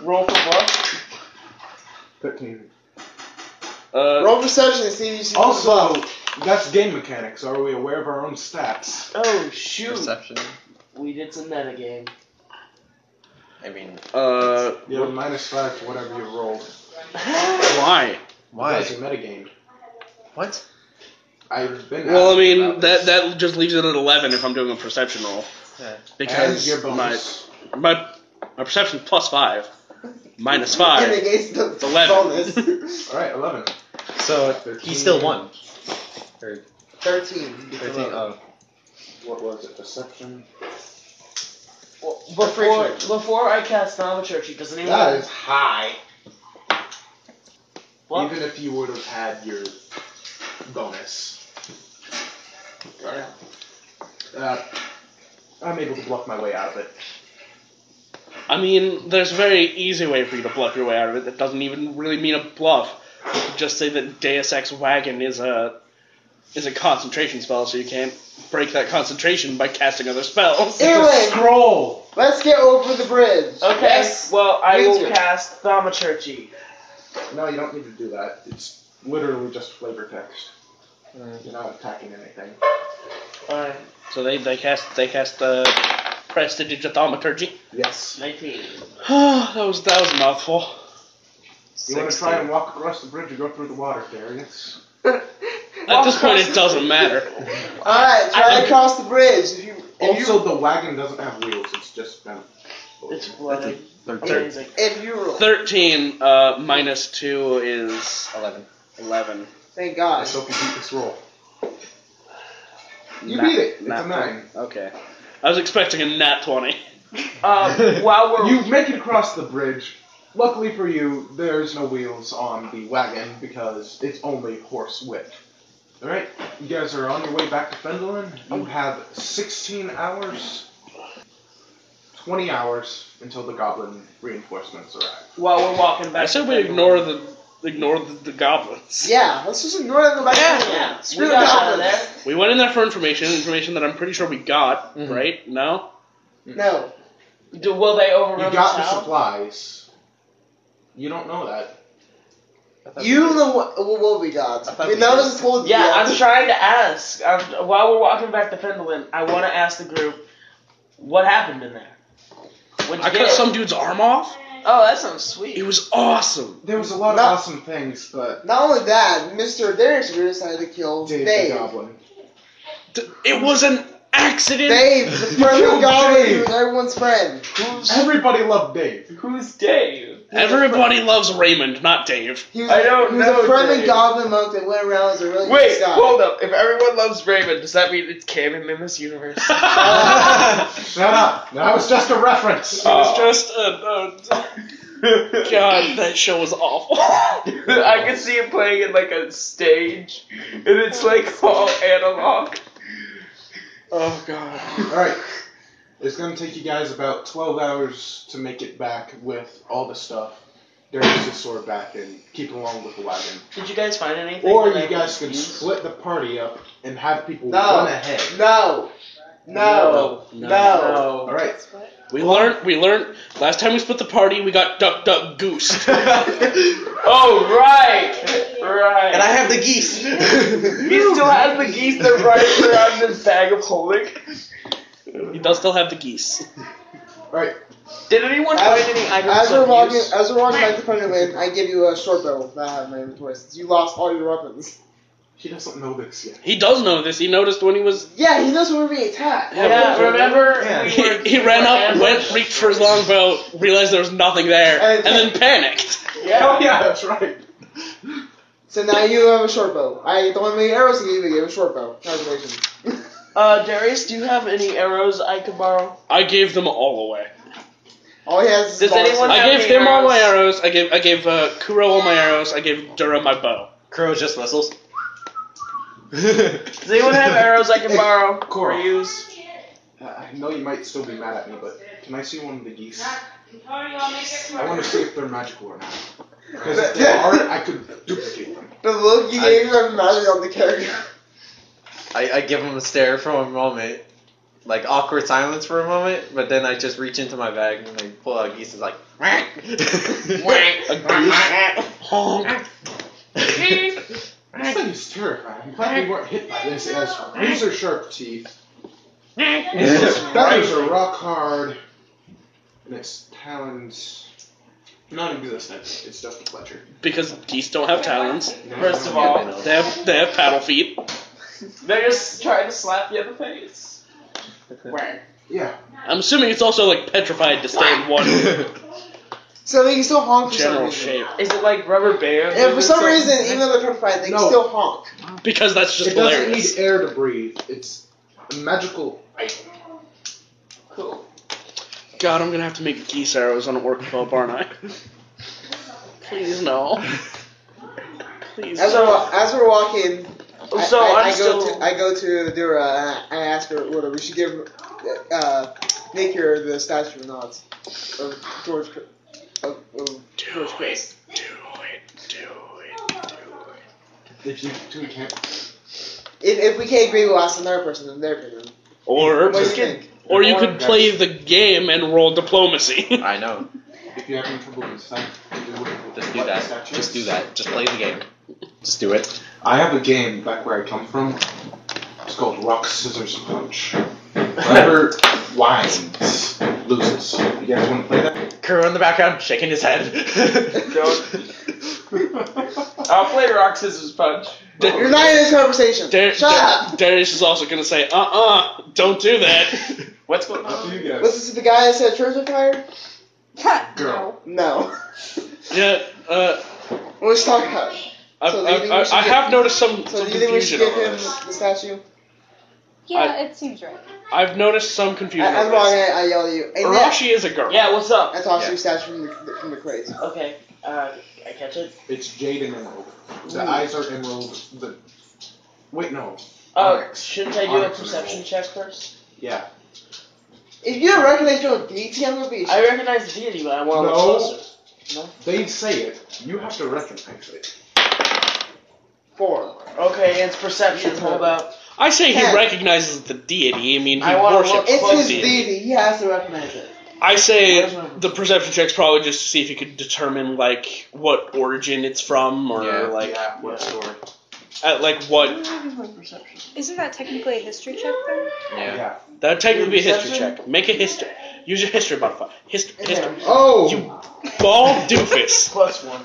[SPEAKER 6] Roll for bluff?
[SPEAKER 1] Thirteen.
[SPEAKER 4] Uh,
[SPEAKER 2] Roll perception and see if you see.
[SPEAKER 6] Oh,
[SPEAKER 1] Also, that's game mechanics. Are we aware of our own stats?
[SPEAKER 6] Oh shoot!
[SPEAKER 5] Perception.
[SPEAKER 6] We did some metagame.
[SPEAKER 5] I mean,
[SPEAKER 4] uh,
[SPEAKER 1] You have a minus five to whatever you rolled.
[SPEAKER 4] why?
[SPEAKER 5] why?
[SPEAKER 1] That's a metagame.
[SPEAKER 5] What?
[SPEAKER 1] I've been.
[SPEAKER 4] Well, I
[SPEAKER 1] asked
[SPEAKER 4] mean
[SPEAKER 1] about this.
[SPEAKER 4] that that just leaves it at eleven if I'm doing a perception roll
[SPEAKER 5] Yeah.
[SPEAKER 1] And
[SPEAKER 4] because
[SPEAKER 1] your
[SPEAKER 4] my
[SPEAKER 1] bonus.
[SPEAKER 4] my my perception's plus five, minus
[SPEAKER 2] And
[SPEAKER 4] five.
[SPEAKER 2] against the
[SPEAKER 4] Eleven.
[SPEAKER 2] bonus.
[SPEAKER 1] All right, eleven.
[SPEAKER 5] So he still
[SPEAKER 1] Thirteen.
[SPEAKER 5] won.
[SPEAKER 2] Thirteen.
[SPEAKER 5] Thirteen. Oh.
[SPEAKER 1] What was it? Deception.
[SPEAKER 6] Well,
[SPEAKER 2] Before-
[SPEAKER 6] before before I cast thaumaturgy, doesn't
[SPEAKER 4] Mm.
[SPEAKER 6] anyone?
[SPEAKER 1] That is high.
[SPEAKER 6] Bluff?
[SPEAKER 1] Even if you would have had your bonus.
[SPEAKER 6] Yeah.
[SPEAKER 1] Uh, I'm able to bluff my way out of it.
[SPEAKER 4] I mean, there's a very easy way for you to bluff your way out of it that doesn't even really mean a bluff. You could Just say that Deus Ex Wagon is a is a concentration spell, so you can't break that concentration by casting other spells.
[SPEAKER 2] Anyway,
[SPEAKER 1] Scroll!
[SPEAKER 2] let's get over the bridge.
[SPEAKER 6] Okay.
[SPEAKER 2] Yes.
[SPEAKER 6] Well, I
[SPEAKER 2] You
[SPEAKER 6] will
[SPEAKER 2] too.
[SPEAKER 6] cast thaumaturgy.
[SPEAKER 1] No, you don't need to do that. It's literally just flavor text. Uh,
[SPEAKER 5] Mm.
[SPEAKER 1] You're not attacking anything.
[SPEAKER 6] Alright.
[SPEAKER 4] So they, they cast they cast uh, the prestidigitaumaturgy.
[SPEAKER 1] Yes.
[SPEAKER 6] Nineteen.
[SPEAKER 4] that was that was a mouthful.
[SPEAKER 1] You want to try and walk across the bridge or go through the water, Darius?
[SPEAKER 4] At this point, it doesn't matter.
[SPEAKER 2] All right. Try to cross the bridge. If you, if you,
[SPEAKER 1] Also, the wagon doesn't have wheels. It's just kind of.
[SPEAKER 6] It's bloody.
[SPEAKER 5] Thirteen.
[SPEAKER 6] Amazing.
[SPEAKER 2] if you roll.
[SPEAKER 4] Thirteen uh, minus two is
[SPEAKER 5] Eleven.
[SPEAKER 4] eleven.
[SPEAKER 2] Thank
[SPEAKER 1] I
[SPEAKER 2] God.
[SPEAKER 1] hope you beat this roll. You
[SPEAKER 4] Nat-
[SPEAKER 1] beat it. It's
[SPEAKER 4] nat
[SPEAKER 1] a nine.
[SPEAKER 4] Okay. I was expecting a nat twenty.
[SPEAKER 6] Uh, while
[SPEAKER 2] Oh.
[SPEAKER 6] we're
[SPEAKER 1] You make it across the bridge. Luckily for you, there's no wheels on the wagon because it's only horse whip. Alright, you guys are on your way back to Fendelin. You have 16 hours, 20 hours until the goblin reinforcements arrive.
[SPEAKER 6] while we're walking back.
[SPEAKER 4] I said we ignore the ignore the, the goblins.
[SPEAKER 2] Yeah, let's just ignore them by
[SPEAKER 6] Yeah.
[SPEAKER 2] yeah.
[SPEAKER 6] We
[SPEAKER 2] Screw the
[SPEAKER 6] got out of
[SPEAKER 2] goblins.
[SPEAKER 6] there.
[SPEAKER 4] We went in there for information, information that I'm pretty sure we got,
[SPEAKER 5] Mhm.
[SPEAKER 4] right? No?
[SPEAKER 2] No.
[SPEAKER 6] Do, will they
[SPEAKER 1] You
[SPEAKER 6] overrun
[SPEAKER 1] got the
[SPEAKER 6] us out?
[SPEAKER 1] supplies. You don't know that.
[SPEAKER 2] You know what, what will be got.
[SPEAKER 5] thought
[SPEAKER 2] I mean,
[SPEAKER 5] we
[SPEAKER 2] none
[SPEAKER 5] did.
[SPEAKER 2] of us told
[SPEAKER 6] Yeah,
[SPEAKER 2] you.
[SPEAKER 6] I'm trying to ask. I'm, while we're walking back to Fendelin, I want to ask the group what happened in there. What'd you
[SPEAKER 4] I
[SPEAKER 6] get?
[SPEAKER 4] cut some dude's arm off.
[SPEAKER 6] Oh, that sounds sweet.
[SPEAKER 4] It was awesome.
[SPEAKER 1] There was a lot of
[SPEAKER 2] No.
[SPEAKER 1] awesome things, but
[SPEAKER 2] Not only that, Mr. Darius decided to kill
[SPEAKER 1] Dave,
[SPEAKER 2] Dave.
[SPEAKER 1] the Goblin.
[SPEAKER 4] Th- It was an accident.
[SPEAKER 2] Dave, the friend
[SPEAKER 1] killed
[SPEAKER 2] of goblin
[SPEAKER 1] Dave.
[SPEAKER 2] who was everyone's friend.
[SPEAKER 1] Everybody loved Dave.
[SPEAKER 6] Who's Dave?
[SPEAKER 4] Everybody loves Raymond, not Dave.
[SPEAKER 2] He was,
[SPEAKER 6] I don't
[SPEAKER 2] he was
[SPEAKER 6] know,
[SPEAKER 2] a friendly
[SPEAKER 6] Dave.
[SPEAKER 2] goblin monk that went around as a really nice
[SPEAKER 6] Wait,
[SPEAKER 2] guy.
[SPEAKER 6] hold up. If everyone loves Raymond, does that mean it's canon in this universe?
[SPEAKER 1] Shut up. That was just a reference.
[SPEAKER 4] It was just a, a- God, that show was awful.
[SPEAKER 6] I can see him playing in like a stage, and it's like all analog.
[SPEAKER 4] oh God.
[SPEAKER 1] All right. It's going to take you guys about 12 hours to make it back with all the stuff. Darius' sword back and keep along with the wagon.
[SPEAKER 6] Did you guys find anything?
[SPEAKER 1] Or
[SPEAKER 6] that I
[SPEAKER 1] you guys can
[SPEAKER 6] use?
[SPEAKER 1] split the party up and have people
[SPEAKER 2] No.
[SPEAKER 1] run ahead.
[SPEAKER 2] No. No. No.
[SPEAKER 1] All right.
[SPEAKER 4] We learned. We learned. Last time we split the party, we got duck, duck, goose.
[SPEAKER 6] Oh right, right.
[SPEAKER 5] And I have the geese.
[SPEAKER 6] he still has the geese that running around in his bag of holding.
[SPEAKER 4] he does still have the geese.
[SPEAKER 1] All right.
[SPEAKER 6] Did anyone find
[SPEAKER 2] As,
[SPEAKER 6] any items
[SPEAKER 2] as we're
[SPEAKER 6] of
[SPEAKER 2] walking,
[SPEAKER 6] use?
[SPEAKER 2] as we're walking back to Penguin, I give you a short bow that I have in my inventory since you lost all your weapons.
[SPEAKER 1] He doesn't know this yet.
[SPEAKER 4] He does know this. He noticed when he was.
[SPEAKER 2] Yeah, he knows when we're being attacked.
[SPEAKER 6] Yeah, remember
[SPEAKER 1] Yeah.
[SPEAKER 6] we
[SPEAKER 4] He,
[SPEAKER 6] were-
[SPEAKER 4] he
[SPEAKER 6] we
[SPEAKER 4] ran
[SPEAKER 6] were
[SPEAKER 4] up, went,
[SPEAKER 6] ambushed?
[SPEAKER 4] reached for his longbow, realized there was nothing there, and
[SPEAKER 2] And-
[SPEAKER 4] then panicked.
[SPEAKER 1] Oh,
[SPEAKER 6] Yeah.
[SPEAKER 1] yeah, that's right.
[SPEAKER 2] So now you have a short bow. I don't have any arrows to give you, but you have a short bow. Congratulations.
[SPEAKER 6] Uh, Darius, do you have any arrows I could borrow?
[SPEAKER 4] I gave them all away.
[SPEAKER 2] All he has is
[SPEAKER 6] Does
[SPEAKER 2] bars.
[SPEAKER 6] anyone- How
[SPEAKER 4] I gave
[SPEAKER 6] many
[SPEAKER 4] him all my
[SPEAKER 6] arrows?
[SPEAKER 4] arrows. I gave I gave uh, Kuro all my arrows. I gave Dura my bow.
[SPEAKER 5] Kuro just whistles.
[SPEAKER 6] Does anyone have arrows I can borrow or
[SPEAKER 1] Coral.
[SPEAKER 6] use?
[SPEAKER 1] Uh, I know you might still be mad at me, but can I see one of the geese? I want to see if they're magical or not. Because if they aren't, I could duplicate them.
[SPEAKER 2] The look you
[SPEAKER 5] I-
[SPEAKER 2] gave him magic on the character.
[SPEAKER 5] I, I give him a stare for a moment, like awkward silence for a moment, but then I just reach into my bag and I pull out a geese. It's like,
[SPEAKER 4] A goose. Honk.
[SPEAKER 1] This thing is terrifying. I'm glad we weren't hit by this. It has razor sharp teeth. Its feathers are rock hard. And its talons. Non existent. It's just a Fletcher.
[SPEAKER 4] Because geese don't have talons.
[SPEAKER 6] First of all,
[SPEAKER 4] They have they have paddle feet.
[SPEAKER 6] they're just trying to slap you in the face. Whack.
[SPEAKER 1] Yeah.
[SPEAKER 4] I'm assuming it's also like petrified to stay in one
[SPEAKER 2] So they can still honk for some
[SPEAKER 4] general
[SPEAKER 2] reason.
[SPEAKER 4] shape.
[SPEAKER 6] Is it like rubber band?
[SPEAKER 2] And for some reason, even though they're petrified, they
[SPEAKER 1] No.
[SPEAKER 2] can still honk.
[SPEAKER 4] Because that's just
[SPEAKER 1] It doesn't
[SPEAKER 4] hilarious.
[SPEAKER 1] need air to breathe. It's a magical.
[SPEAKER 6] cool.
[SPEAKER 4] God, I'm gonna have to make geese arrows on a work club, aren't I? Please no. Please.
[SPEAKER 2] As we're, wa- as we're walking, I,
[SPEAKER 6] So
[SPEAKER 2] I,
[SPEAKER 6] I'm
[SPEAKER 2] I go
[SPEAKER 6] still-
[SPEAKER 2] to I go to Dura and I, I ask her whether we should give uh, Napier the statue or not of George. Cr- Of, of
[SPEAKER 4] do
[SPEAKER 2] George Chris.
[SPEAKER 4] it. Do it. Do it. Do
[SPEAKER 1] If you two can't.
[SPEAKER 2] If, if we can't agree, we'll ask another person in their opinion.
[SPEAKER 4] it. Or
[SPEAKER 2] What do you
[SPEAKER 6] Just get-
[SPEAKER 2] think?
[SPEAKER 4] or you could play the game and roll diplomacy.
[SPEAKER 5] I know.
[SPEAKER 1] If you have any trouble with that,
[SPEAKER 5] Just do that. Just do that. Just play the game. Just do it.
[SPEAKER 1] I have a game back where I come from. It's called Rock, Scissors, Punch. Whoever wins loses. You guys want to play that?
[SPEAKER 5] Kuro in the background shaking his head.
[SPEAKER 6] I'll play rock scissors punch.
[SPEAKER 2] You're not in this conversation.
[SPEAKER 4] Dar-
[SPEAKER 2] Shut
[SPEAKER 4] Dar-
[SPEAKER 2] up.
[SPEAKER 4] Darius is also gonna say, uh uh, don't do that.
[SPEAKER 6] What's going
[SPEAKER 1] Up to
[SPEAKER 6] on?
[SPEAKER 1] you guys.
[SPEAKER 2] Was this the guy that said church on fire?
[SPEAKER 1] Girl.
[SPEAKER 2] No.
[SPEAKER 4] yeah, uh,
[SPEAKER 2] Let's talk about. it.
[SPEAKER 4] I,
[SPEAKER 2] So do
[SPEAKER 4] I,
[SPEAKER 2] you think we
[SPEAKER 4] I,
[SPEAKER 2] should
[SPEAKER 4] I
[SPEAKER 2] get-
[SPEAKER 4] have noticed some,
[SPEAKER 2] So
[SPEAKER 4] some
[SPEAKER 2] do you think we
[SPEAKER 4] confusion
[SPEAKER 2] should give
[SPEAKER 4] over
[SPEAKER 2] him
[SPEAKER 4] this.
[SPEAKER 2] the statue?
[SPEAKER 3] Yeah,
[SPEAKER 4] I-
[SPEAKER 3] it seems right.
[SPEAKER 4] I've noticed some
[SPEAKER 2] I,
[SPEAKER 4] confusion
[SPEAKER 2] I'm
[SPEAKER 4] over
[SPEAKER 2] wrong.
[SPEAKER 4] this.
[SPEAKER 2] I, I yell at you. Hey, Nick,
[SPEAKER 4] Arashi is a girl.
[SPEAKER 6] Yeah, what's up?
[SPEAKER 2] I toss you
[SPEAKER 5] Yeah.
[SPEAKER 2] a statue from the from the crate.
[SPEAKER 6] Okay, uh, I catch it.
[SPEAKER 1] It's jade and emerald. The eyes are emerald. The wait, no.
[SPEAKER 6] Uh,
[SPEAKER 1] Onyx.
[SPEAKER 6] shouldn't I do a
[SPEAKER 1] Onyx
[SPEAKER 6] perception
[SPEAKER 1] removal.
[SPEAKER 6] check first?
[SPEAKER 1] Yeah.
[SPEAKER 2] If you don't recognize your own deity, I'm gonna be.
[SPEAKER 6] I recognize the deity, but I want to
[SPEAKER 1] No.
[SPEAKER 6] look closer. No.
[SPEAKER 1] They say it. You have to recognize it.
[SPEAKER 2] Four.
[SPEAKER 6] Okay, it's perception. Hold up.
[SPEAKER 4] I say he
[SPEAKER 2] Ten.
[SPEAKER 4] recognizes the deity. I mean, he
[SPEAKER 6] I wanna look
[SPEAKER 4] worships
[SPEAKER 2] It's
[SPEAKER 4] the
[SPEAKER 2] his
[SPEAKER 6] Close
[SPEAKER 4] deity.
[SPEAKER 2] deity. He has to recognize it.
[SPEAKER 4] I
[SPEAKER 6] Where's
[SPEAKER 4] say
[SPEAKER 6] my-
[SPEAKER 4] the perception check's probably just to see if he could determine like what origin it's from or
[SPEAKER 5] Yeah.
[SPEAKER 4] like
[SPEAKER 1] yeah, what story?
[SPEAKER 4] at, like what
[SPEAKER 6] Where is my perception?
[SPEAKER 3] Isn't that technically a history check then?
[SPEAKER 5] Yeah.
[SPEAKER 4] that would technically be a history
[SPEAKER 6] Perception?
[SPEAKER 4] check. Make a history. Use your history modifier. History. history.
[SPEAKER 2] Oh.
[SPEAKER 4] You bald doofus.
[SPEAKER 6] Plus one.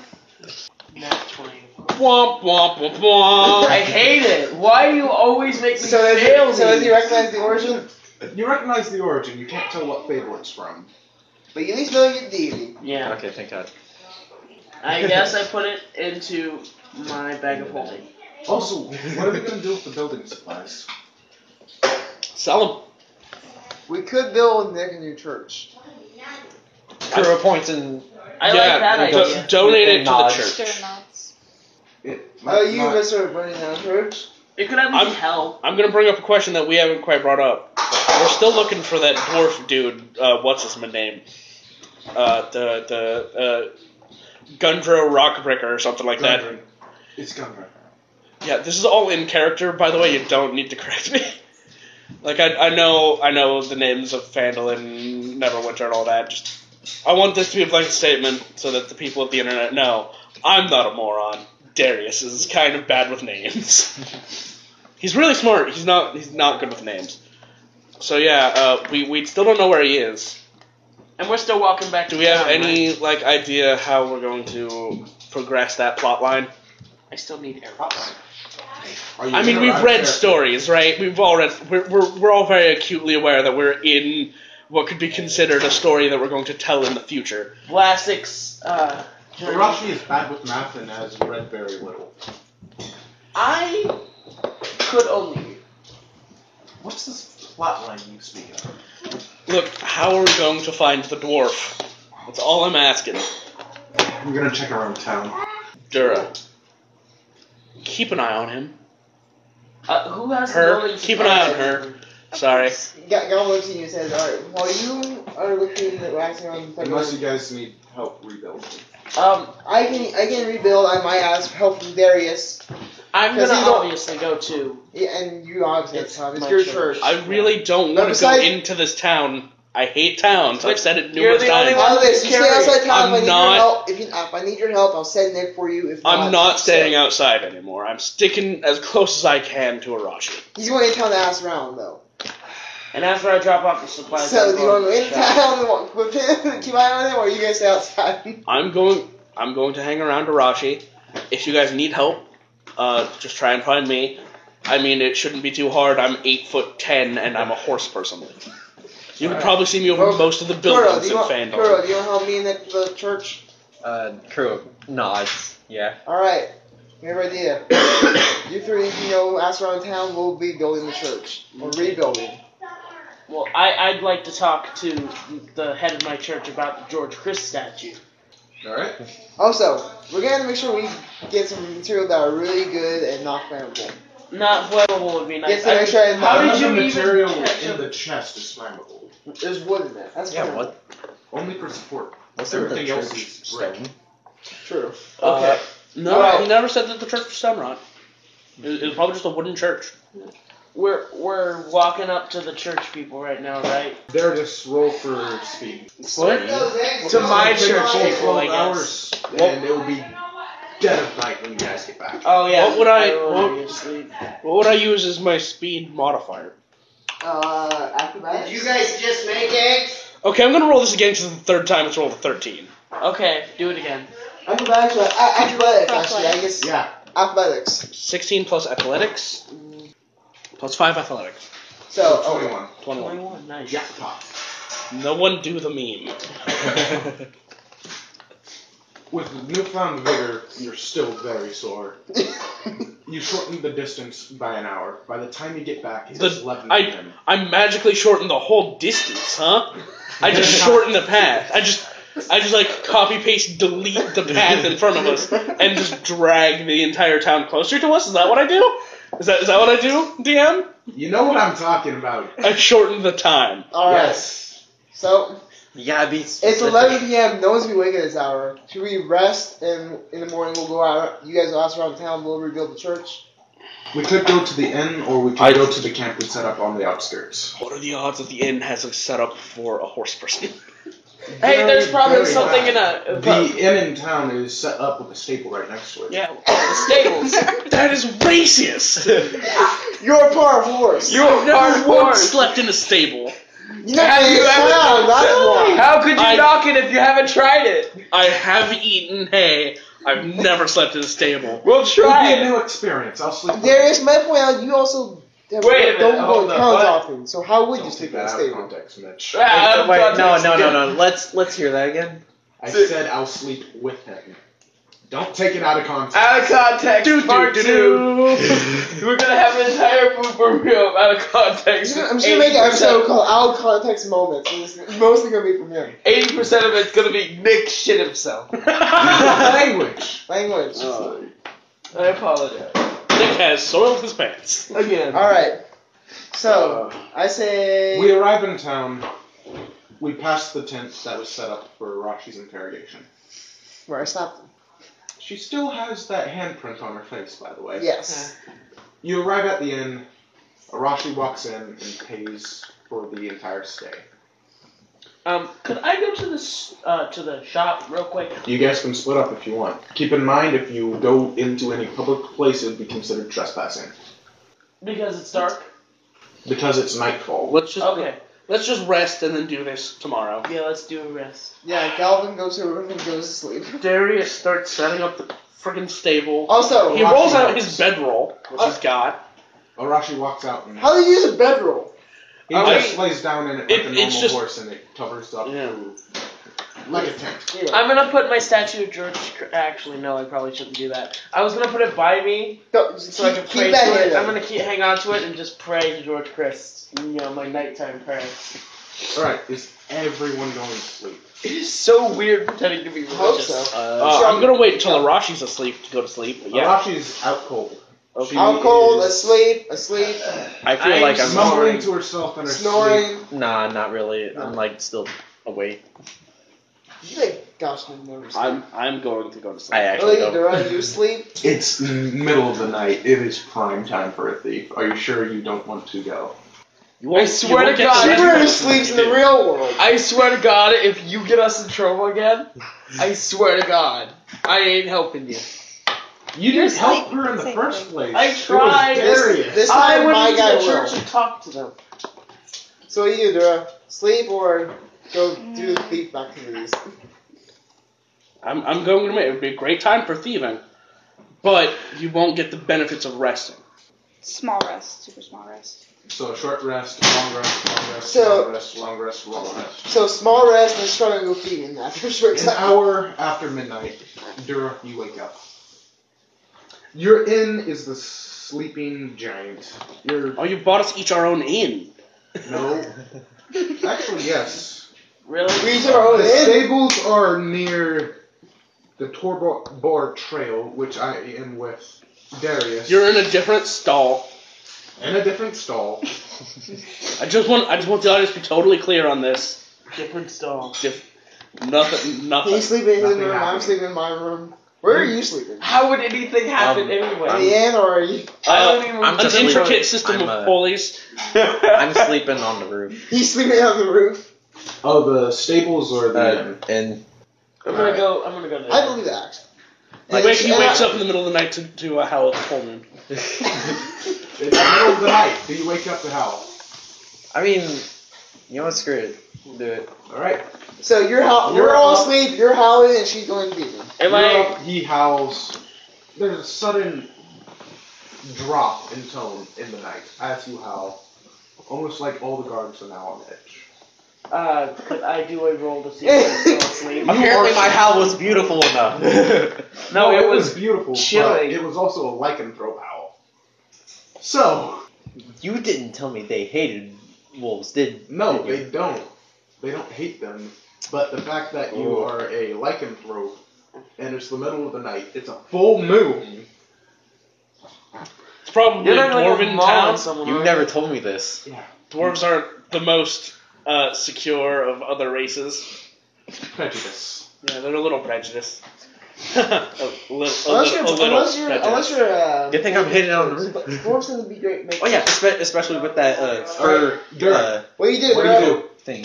[SPEAKER 6] Nat twenty.
[SPEAKER 4] Womp womp womp womp.
[SPEAKER 6] Oh, I hate it. Why do you always make me
[SPEAKER 2] so does he,
[SPEAKER 6] fail?
[SPEAKER 2] so does he
[SPEAKER 6] these?
[SPEAKER 2] recognize the origin?
[SPEAKER 1] You recognize the origin. You can't tell what fable it's from.
[SPEAKER 2] But you at least know your deity.
[SPEAKER 6] Yeah.
[SPEAKER 5] Okay, thank God.
[SPEAKER 6] I guess I put it into my bag of holding.
[SPEAKER 1] Also, what are we gonna do with the building supplies?
[SPEAKER 4] Sell
[SPEAKER 2] We could build Nick a new church.
[SPEAKER 5] Kuro points and
[SPEAKER 6] I
[SPEAKER 4] Yeah,
[SPEAKER 6] like that
[SPEAKER 5] we
[SPEAKER 6] idea.
[SPEAKER 5] don't-
[SPEAKER 4] him. Donate it to the
[SPEAKER 5] Nods.
[SPEAKER 4] church.
[SPEAKER 3] Sure not.
[SPEAKER 1] It might
[SPEAKER 2] Oh, you
[SPEAKER 1] not-
[SPEAKER 2] Mr. Burning Down Church?
[SPEAKER 6] It could at
[SPEAKER 4] I'm-
[SPEAKER 6] least help.
[SPEAKER 4] I'm gonna bring up a question that we haven't quite brought up. We're still looking for that dwarf dude. Uh, what's his name? Uh, the the uh, Gundro Rockbreaker or something like that.
[SPEAKER 1] Gundren. It's Gundren.
[SPEAKER 4] Yeah, this is all in character, by the way. You don't need to correct me. like I, I know I know the names of Fandolin, Neverwinter, and all that. Just I want this to be a blanket statement so that the people of the internet know I'm not a moron. Darius is kind of bad with names. he's really smart. He's not. He's not good with names. So yeah, uh, we we still don't know where he is.
[SPEAKER 6] And we're still walking back.
[SPEAKER 4] Do
[SPEAKER 6] to
[SPEAKER 4] we have
[SPEAKER 6] town, right?
[SPEAKER 4] any like idea how we're going to progress that plot line?
[SPEAKER 6] I still need arrows.
[SPEAKER 1] Are you
[SPEAKER 4] I mean,
[SPEAKER 1] gonna
[SPEAKER 4] we've
[SPEAKER 1] ride
[SPEAKER 4] read
[SPEAKER 1] there?
[SPEAKER 4] stories, right? We've all read. We're, we're, we're all very acutely aware that we're in what could be considered a story that we're going to tell in the future.
[SPEAKER 6] Vlasics. Uh, journey.
[SPEAKER 7] Hiroshi is bad with math and has read very little.
[SPEAKER 6] I could only.
[SPEAKER 7] What's this plot line you speak of?
[SPEAKER 4] Look, how are we going to find the dwarf? That's all I'm asking.
[SPEAKER 1] I'm gonna check around town.
[SPEAKER 4] Dura, keep an eye on him.
[SPEAKER 6] Uh, who has
[SPEAKER 4] Her.
[SPEAKER 6] The building
[SPEAKER 4] Keep an eye on
[SPEAKER 6] supplies?
[SPEAKER 4] Sorry.
[SPEAKER 2] Ga- Gal looks at you and says, Alright, while you are looking at waxing on the
[SPEAKER 1] Unless you guys need help rebuilding.
[SPEAKER 6] Um,
[SPEAKER 2] I can I can rebuild, I might ask for help from Darius.
[SPEAKER 6] I'm
[SPEAKER 2] 'Cause
[SPEAKER 6] gonna
[SPEAKER 2] he don't-
[SPEAKER 6] obviously go to.
[SPEAKER 2] Yeah, and you obviously have
[SPEAKER 6] It's
[SPEAKER 2] time. It's
[SPEAKER 6] my
[SPEAKER 2] your church.
[SPEAKER 6] church.
[SPEAKER 4] I really don't
[SPEAKER 2] No,
[SPEAKER 4] want to go
[SPEAKER 2] besides-
[SPEAKER 4] into this town. I hate towns. I've said it
[SPEAKER 6] You're
[SPEAKER 4] numerous
[SPEAKER 6] the only
[SPEAKER 4] times.
[SPEAKER 6] one-
[SPEAKER 2] All of this, you stay outside town.
[SPEAKER 4] I'm
[SPEAKER 2] if I need
[SPEAKER 4] not-
[SPEAKER 2] your help, if, you, if I need your help, I'll send Nick for you. If
[SPEAKER 4] I'm not staying
[SPEAKER 2] so-
[SPEAKER 4] outside anymore. I'm sticking as close as I can to Arashi.
[SPEAKER 2] He's going to town to ask around though.
[SPEAKER 6] And after I drop off the supplies.
[SPEAKER 2] so
[SPEAKER 6] I'm
[SPEAKER 2] do you want to go
[SPEAKER 6] going
[SPEAKER 2] in
[SPEAKER 6] to the shop.
[SPEAKER 2] town and walk with him, keep an eye on him, or are you going to stay outside?
[SPEAKER 4] I'm going. I'm going to hang around Arashi. If you guys need help, uh, just try and find me. I mean, it shouldn't be too hard. I'm eight foot ten and I'm a horse person. You could probably see me over
[SPEAKER 2] Well,
[SPEAKER 4] most of the
[SPEAKER 2] Kuro, do
[SPEAKER 4] buildings
[SPEAKER 2] you
[SPEAKER 4] in
[SPEAKER 2] want
[SPEAKER 4] Fandor.
[SPEAKER 2] Kuro, do you want to help me in the, the church?
[SPEAKER 5] uh, Kuro nods. Yeah.
[SPEAKER 2] All right, we have an idea. you three, you know, ask around town. We'll be building the church or rebuilding.
[SPEAKER 6] Well, I, I'd like to talk to the head of my church about the George Chris statue.
[SPEAKER 1] Alright?
[SPEAKER 2] Also, we're going to make sure we get some material that are really good and not flammable.
[SPEAKER 6] Not flammable would be
[SPEAKER 2] Yes,
[SPEAKER 6] nice.
[SPEAKER 2] sir,
[SPEAKER 6] I-
[SPEAKER 2] sure, it's
[SPEAKER 6] how
[SPEAKER 2] not-
[SPEAKER 6] did you
[SPEAKER 1] None of the
[SPEAKER 6] even
[SPEAKER 1] material
[SPEAKER 6] catch
[SPEAKER 1] in
[SPEAKER 6] up?
[SPEAKER 1] the chest is flammable.
[SPEAKER 2] There's wood in it. That's
[SPEAKER 5] Yeah.
[SPEAKER 2] fine.
[SPEAKER 5] What?
[SPEAKER 1] Only for support.
[SPEAKER 5] What's
[SPEAKER 1] Everything
[SPEAKER 5] in the
[SPEAKER 1] else
[SPEAKER 5] church
[SPEAKER 1] is brick.
[SPEAKER 5] stone?
[SPEAKER 2] True.
[SPEAKER 6] Uh,
[SPEAKER 4] Okay. Uh, No,
[SPEAKER 2] Alright.
[SPEAKER 4] he never said that the church was Stemrod. It, it was probably just a wooden church.
[SPEAKER 6] We're we're walking up to the church people right now, right?
[SPEAKER 1] They're just roll for speed.
[SPEAKER 2] To
[SPEAKER 6] To my
[SPEAKER 1] It'll take
[SPEAKER 6] church,
[SPEAKER 1] full
[SPEAKER 6] they roll,
[SPEAKER 1] 12
[SPEAKER 6] I guess.
[SPEAKER 1] hours, and it will be dead of night when you guys get back.
[SPEAKER 6] Oh yeah.
[SPEAKER 4] What would I-
[SPEAKER 6] will
[SPEAKER 4] what-
[SPEAKER 6] be asleep.
[SPEAKER 4] What would I use as my speed modifier?
[SPEAKER 2] Uh, acrobatics.
[SPEAKER 8] Did you guys just make eggs?
[SPEAKER 4] Okay, I'm gonna roll this again because the third time it's rolled a thirteen.
[SPEAKER 6] Okay, do it again.
[SPEAKER 2] Acrobatics, or, uh, acrobatics actually. I guess
[SPEAKER 1] Yeah.
[SPEAKER 2] athletics.
[SPEAKER 4] Sixteen plus athletics, plus five athletics,
[SPEAKER 2] So, oh,
[SPEAKER 1] 21.
[SPEAKER 4] twenty-one.
[SPEAKER 6] Twenty-one, nice.
[SPEAKER 1] Jackpot.
[SPEAKER 4] No one do the meme.
[SPEAKER 1] With newfound vigor, you're still very sore. You shorten the distance by an hour. By the time you get back, it's
[SPEAKER 4] The-
[SPEAKER 1] 11
[SPEAKER 4] I-
[SPEAKER 1] p.m.
[SPEAKER 4] I magically shortened the whole distance, huh? I just shortened the path. I just, I just like copy paste delete the path in front of us and just drag the entire town closer to us. Is that what I do? Is that is that what I do, DM?
[SPEAKER 1] You know what I'm talking about.
[SPEAKER 4] I shortened the time.
[SPEAKER 2] all right.
[SPEAKER 1] yes.
[SPEAKER 2] So,
[SPEAKER 5] You gotta be.
[SPEAKER 2] It's
[SPEAKER 5] specific.
[SPEAKER 2] 11 p.m. No one's gonna be awake at this hour. Should we rest and in the morning we'll go out? You guys will ask around town. We'll rebuild the church.
[SPEAKER 1] We could go to the inn, or we could
[SPEAKER 4] I-
[SPEAKER 1] go to the camp we set up on the outskirts.
[SPEAKER 4] What are the odds that the inn has a setup for a horse person?
[SPEAKER 6] Hey, there's probably
[SPEAKER 1] Very
[SPEAKER 6] something in
[SPEAKER 1] bad.
[SPEAKER 6] a.
[SPEAKER 1] The inn in town is set up with a stable right next to it.
[SPEAKER 6] yeah, the stables.
[SPEAKER 4] that is racist.
[SPEAKER 2] You're a poor horse.
[SPEAKER 6] You're a
[SPEAKER 4] Never
[SPEAKER 6] part
[SPEAKER 4] once
[SPEAKER 6] horse.
[SPEAKER 4] slept in a stable.
[SPEAKER 2] You're not
[SPEAKER 6] Have
[SPEAKER 2] gonna
[SPEAKER 6] you
[SPEAKER 2] get
[SPEAKER 6] ever-
[SPEAKER 2] down, That's why.
[SPEAKER 6] How could you
[SPEAKER 4] I-
[SPEAKER 6] knock it if you haven't tried it?
[SPEAKER 4] I have eaten hay. I've never slept in a stable.
[SPEAKER 6] We'll
[SPEAKER 1] It'll
[SPEAKER 6] try
[SPEAKER 1] be a
[SPEAKER 6] it.
[SPEAKER 1] new experience. I'll sleep. with-
[SPEAKER 2] Darius, my point out. You also have,
[SPEAKER 6] Wait a
[SPEAKER 2] don't
[SPEAKER 6] minute,
[SPEAKER 2] go
[SPEAKER 6] hold
[SPEAKER 2] to
[SPEAKER 6] up,
[SPEAKER 2] towns
[SPEAKER 6] what?
[SPEAKER 2] often. So how would you
[SPEAKER 1] Don't
[SPEAKER 2] sleep
[SPEAKER 1] take
[SPEAKER 2] in a
[SPEAKER 1] that out of
[SPEAKER 2] stable?
[SPEAKER 1] context, Mitch.
[SPEAKER 6] Ah,
[SPEAKER 5] Wait,
[SPEAKER 6] I'm
[SPEAKER 5] wait,
[SPEAKER 6] done.
[SPEAKER 5] no, no, no, no. Let's let's hear that again.
[SPEAKER 1] I said I'll sleep with him. Don't take it out of context.
[SPEAKER 6] Out of context,
[SPEAKER 4] Do, do,
[SPEAKER 6] part
[SPEAKER 4] do,
[SPEAKER 6] two. We're gonna have an entire blooper reel out
[SPEAKER 2] I'm
[SPEAKER 6] of
[SPEAKER 2] just
[SPEAKER 6] context.
[SPEAKER 2] gonna, I'm just gonna make an episode called "Out of Context Moments," and it's mostly gonna be from him.
[SPEAKER 6] Eighty percent of it's gonna be Nick shit himself.
[SPEAKER 1] Language.
[SPEAKER 2] Language.
[SPEAKER 6] Oh. I apologize
[SPEAKER 4] Nick has soiled his pants.
[SPEAKER 6] again.
[SPEAKER 2] All right. So I say
[SPEAKER 1] Uh, We arrive in town. We pass the tent that was set up for Rashi's interrogation.
[SPEAKER 2] where I stopped. him.
[SPEAKER 1] She still has that handprint on her face, by the way.
[SPEAKER 2] Yes.
[SPEAKER 1] You arrive at the inn. Arashi walks in and pays for the entire stay.
[SPEAKER 6] Um, could I go to the s- uh, to the shop real quick?
[SPEAKER 1] You guys can split up if you want. Keep in mind, if you go into any public place, it would be considered trespassing
[SPEAKER 6] Because it's dark.
[SPEAKER 1] because it's nightfall.
[SPEAKER 4] Let's just
[SPEAKER 6] Okay.
[SPEAKER 4] let's just rest and then do this tomorrow.
[SPEAKER 6] Yeah, let's do a rest.
[SPEAKER 2] Yeah. Galvin goes to her room and goes to sleep.
[SPEAKER 4] Darius starts setting up the friggin' stable.
[SPEAKER 2] Also,
[SPEAKER 6] Oh,
[SPEAKER 4] he rolls out his bedroll, which he's got.
[SPEAKER 1] Arashi Uh, walks out and
[SPEAKER 2] How do you use a bedroll?
[SPEAKER 1] he
[SPEAKER 4] I-
[SPEAKER 1] just lays down in it like
[SPEAKER 4] It-
[SPEAKER 1] a
[SPEAKER 4] it's
[SPEAKER 1] normal
[SPEAKER 4] just-
[SPEAKER 1] horse, and it covers up
[SPEAKER 4] Yeah.
[SPEAKER 1] like a tent.
[SPEAKER 2] Anyway,
[SPEAKER 6] I'm gonna put my statue of George. Cr- Actually, no, I probably shouldn't do that. I was gonna put it by me
[SPEAKER 2] don't-
[SPEAKER 6] so I
[SPEAKER 2] keep-
[SPEAKER 6] can
[SPEAKER 2] keep
[SPEAKER 6] pray
[SPEAKER 2] that
[SPEAKER 6] to
[SPEAKER 2] here,
[SPEAKER 6] it.
[SPEAKER 2] though.
[SPEAKER 6] I'm gonna keep hang on to it and just pray to George Christ. You know, my nighttime prayer.
[SPEAKER 1] All right, is everyone going to sleep?
[SPEAKER 6] It is so weird pretending to be
[SPEAKER 2] I hope
[SPEAKER 6] religious.
[SPEAKER 2] so.
[SPEAKER 4] Uh,
[SPEAKER 5] Ah.
[SPEAKER 2] So-
[SPEAKER 4] I'm gonna wait until Arashi's asleep to go to sleep. But yeah,
[SPEAKER 1] Arashi's out cold.
[SPEAKER 4] Okay.
[SPEAKER 1] She
[SPEAKER 2] I'm cold,
[SPEAKER 1] is
[SPEAKER 2] asleep, asleep,
[SPEAKER 5] I feel
[SPEAKER 6] I'm
[SPEAKER 5] like I'm
[SPEAKER 6] snoring.
[SPEAKER 1] mumbling to herself in her sleep.
[SPEAKER 2] snoring.
[SPEAKER 5] Nah, not really. I'm like still awake.
[SPEAKER 2] You like, gosh, no, never sleep.
[SPEAKER 4] I'm I'm going to go to sleep.
[SPEAKER 5] I
[SPEAKER 2] Really,
[SPEAKER 5] actually don't.
[SPEAKER 2] Dora, you sleep?
[SPEAKER 1] It's n- middle of the night. It is prime time for a thief. Are you sure you don't want to go?
[SPEAKER 4] You won't-
[SPEAKER 6] I swear
[SPEAKER 4] you won't
[SPEAKER 6] to
[SPEAKER 4] get
[SPEAKER 6] God,
[SPEAKER 4] that
[SPEAKER 6] Dora
[SPEAKER 2] Dora
[SPEAKER 4] much
[SPEAKER 2] sleeps in the
[SPEAKER 4] sleep.
[SPEAKER 2] real world.
[SPEAKER 6] I swear to God, if you get us in trouble again, I swear to God, I ain't helping you.
[SPEAKER 1] You
[SPEAKER 3] You're
[SPEAKER 1] didn't help
[SPEAKER 3] sleeping.
[SPEAKER 1] her in the
[SPEAKER 3] Same
[SPEAKER 1] first
[SPEAKER 3] thing.
[SPEAKER 1] place.
[SPEAKER 6] I
[SPEAKER 1] It was
[SPEAKER 6] tried.
[SPEAKER 1] Darius.
[SPEAKER 2] This, this
[SPEAKER 6] I
[SPEAKER 2] time,
[SPEAKER 6] went
[SPEAKER 2] my
[SPEAKER 6] into
[SPEAKER 2] guy
[SPEAKER 6] the church
[SPEAKER 2] will.
[SPEAKER 6] and talked to them.
[SPEAKER 2] So what do you, do, Dora? Sleep or go do the thief activities?
[SPEAKER 4] I'm I'm going to admit it would be a great time for thieving, but you won't get the benefits of resting.
[SPEAKER 3] Small rest, super small rest.
[SPEAKER 1] So short rest, long rest, long rest,
[SPEAKER 2] So-
[SPEAKER 1] long rest, long rest, long rest.
[SPEAKER 2] So small rest and struggle to go thieving after a short
[SPEAKER 1] An
[SPEAKER 2] time.
[SPEAKER 1] hour after midnight, Dura, you wake up. Your inn is the sleeping giant. Your
[SPEAKER 4] Oh, you bought us each our own inn.
[SPEAKER 1] no, actually yes.
[SPEAKER 6] Really?
[SPEAKER 2] We each have our own
[SPEAKER 1] the
[SPEAKER 2] inn.
[SPEAKER 1] stables are near the Torbar Trail, which I am with Darius.
[SPEAKER 4] You're in a different stall.
[SPEAKER 1] in a different stall.
[SPEAKER 4] I just want I just want the audience to be totally clear on this.
[SPEAKER 6] Different stall.
[SPEAKER 4] Diff- nothing,
[SPEAKER 2] He's
[SPEAKER 4] nothing.
[SPEAKER 2] sleeping in his
[SPEAKER 1] Nothing
[SPEAKER 2] room. I'm
[SPEAKER 1] happened.
[SPEAKER 2] sleeping in my room. Where are you sleeping?
[SPEAKER 6] How would anything happen
[SPEAKER 5] Um,
[SPEAKER 6] anyway?
[SPEAKER 2] In the inn, or are you?
[SPEAKER 6] I
[SPEAKER 4] Uh,
[SPEAKER 6] don't even.
[SPEAKER 5] I'm
[SPEAKER 4] an
[SPEAKER 5] just
[SPEAKER 4] intricate
[SPEAKER 5] sleeping.
[SPEAKER 4] system
[SPEAKER 5] I'm,
[SPEAKER 4] of
[SPEAKER 5] uh,
[SPEAKER 4] pulleys.
[SPEAKER 5] I'm sleeping on the roof.
[SPEAKER 2] He's sleeping on the roof.
[SPEAKER 1] Oh, the stables or the
[SPEAKER 5] Uh,
[SPEAKER 1] inn?
[SPEAKER 5] and
[SPEAKER 6] I'm gonna go. I'm gonna go to. the-
[SPEAKER 2] I believe that. actually.
[SPEAKER 4] He,
[SPEAKER 2] And
[SPEAKER 4] wake, he
[SPEAKER 2] it's-
[SPEAKER 4] wakes up in the middle of the night to do a howl at the full moon.
[SPEAKER 1] It's the middle of the night. Do you wake up to howl?
[SPEAKER 5] I mean, you know what? Screw it. We'll do it.
[SPEAKER 1] All right.
[SPEAKER 2] So you're howl-
[SPEAKER 1] You're
[SPEAKER 2] we're all
[SPEAKER 1] up.
[SPEAKER 2] asleep. You're howling, and she's going vegan.
[SPEAKER 6] Am
[SPEAKER 1] You're
[SPEAKER 6] I?
[SPEAKER 1] up, he howls. There's a sudden drop in tone in the night as you howl, almost like all the guards are now on edge.
[SPEAKER 6] Uh, could I do a roll to see if I fell asleep?
[SPEAKER 5] Apparently, my howl was beautiful enough.
[SPEAKER 6] No, it was.
[SPEAKER 1] beautiful.
[SPEAKER 6] chilling.
[SPEAKER 1] But it was also a lycanthrope howl. So
[SPEAKER 5] you didn't tell me they hated wolves, did?
[SPEAKER 1] no,
[SPEAKER 5] did you?
[SPEAKER 1] they don't. They don't hate them, but the fact that you
[SPEAKER 5] Oh.
[SPEAKER 1] are a lycanthrope and it's the middle of the night, it's a full moon.
[SPEAKER 4] It's probably
[SPEAKER 6] You're
[SPEAKER 4] a
[SPEAKER 6] not gonna go
[SPEAKER 4] dwarven
[SPEAKER 6] maul
[SPEAKER 4] town.
[SPEAKER 6] someone.
[SPEAKER 5] You
[SPEAKER 6] are
[SPEAKER 5] never told me this.
[SPEAKER 4] Dwarves aren't the most uh, secure of other races.
[SPEAKER 7] Prejudice.
[SPEAKER 4] Yeah, they're a little prejudiced. a little, a
[SPEAKER 2] Unless
[SPEAKER 4] little, a
[SPEAKER 2] you're,
[SPEAKER 4] little
[SPEAKER 2] unless you're,
[SPEAKER 4] prejudiced.
[SPEAKER 2] unless you're, uh,
[SPEAKER 5] Good thing I'm hitting it on the
[SPEAKER 2] but
[SPEAKER 5] roof.
[SPEAKER 2] Morrison's would be great. Make
[SPEAKER 5] Oh yeah, espe- especially with that
[SPEAKER 6] Oh,
[SPEAKER 5] uh, fur
[SPEAKER 1] Dirt.
[SPEAKER 5] uh,
[SPEAKER 2] What do you do?
[SPEAKER 1] What do
[SPEAKER 2] bro?
[SPEAKER 1] you do?
[SPEAKER 5] thing.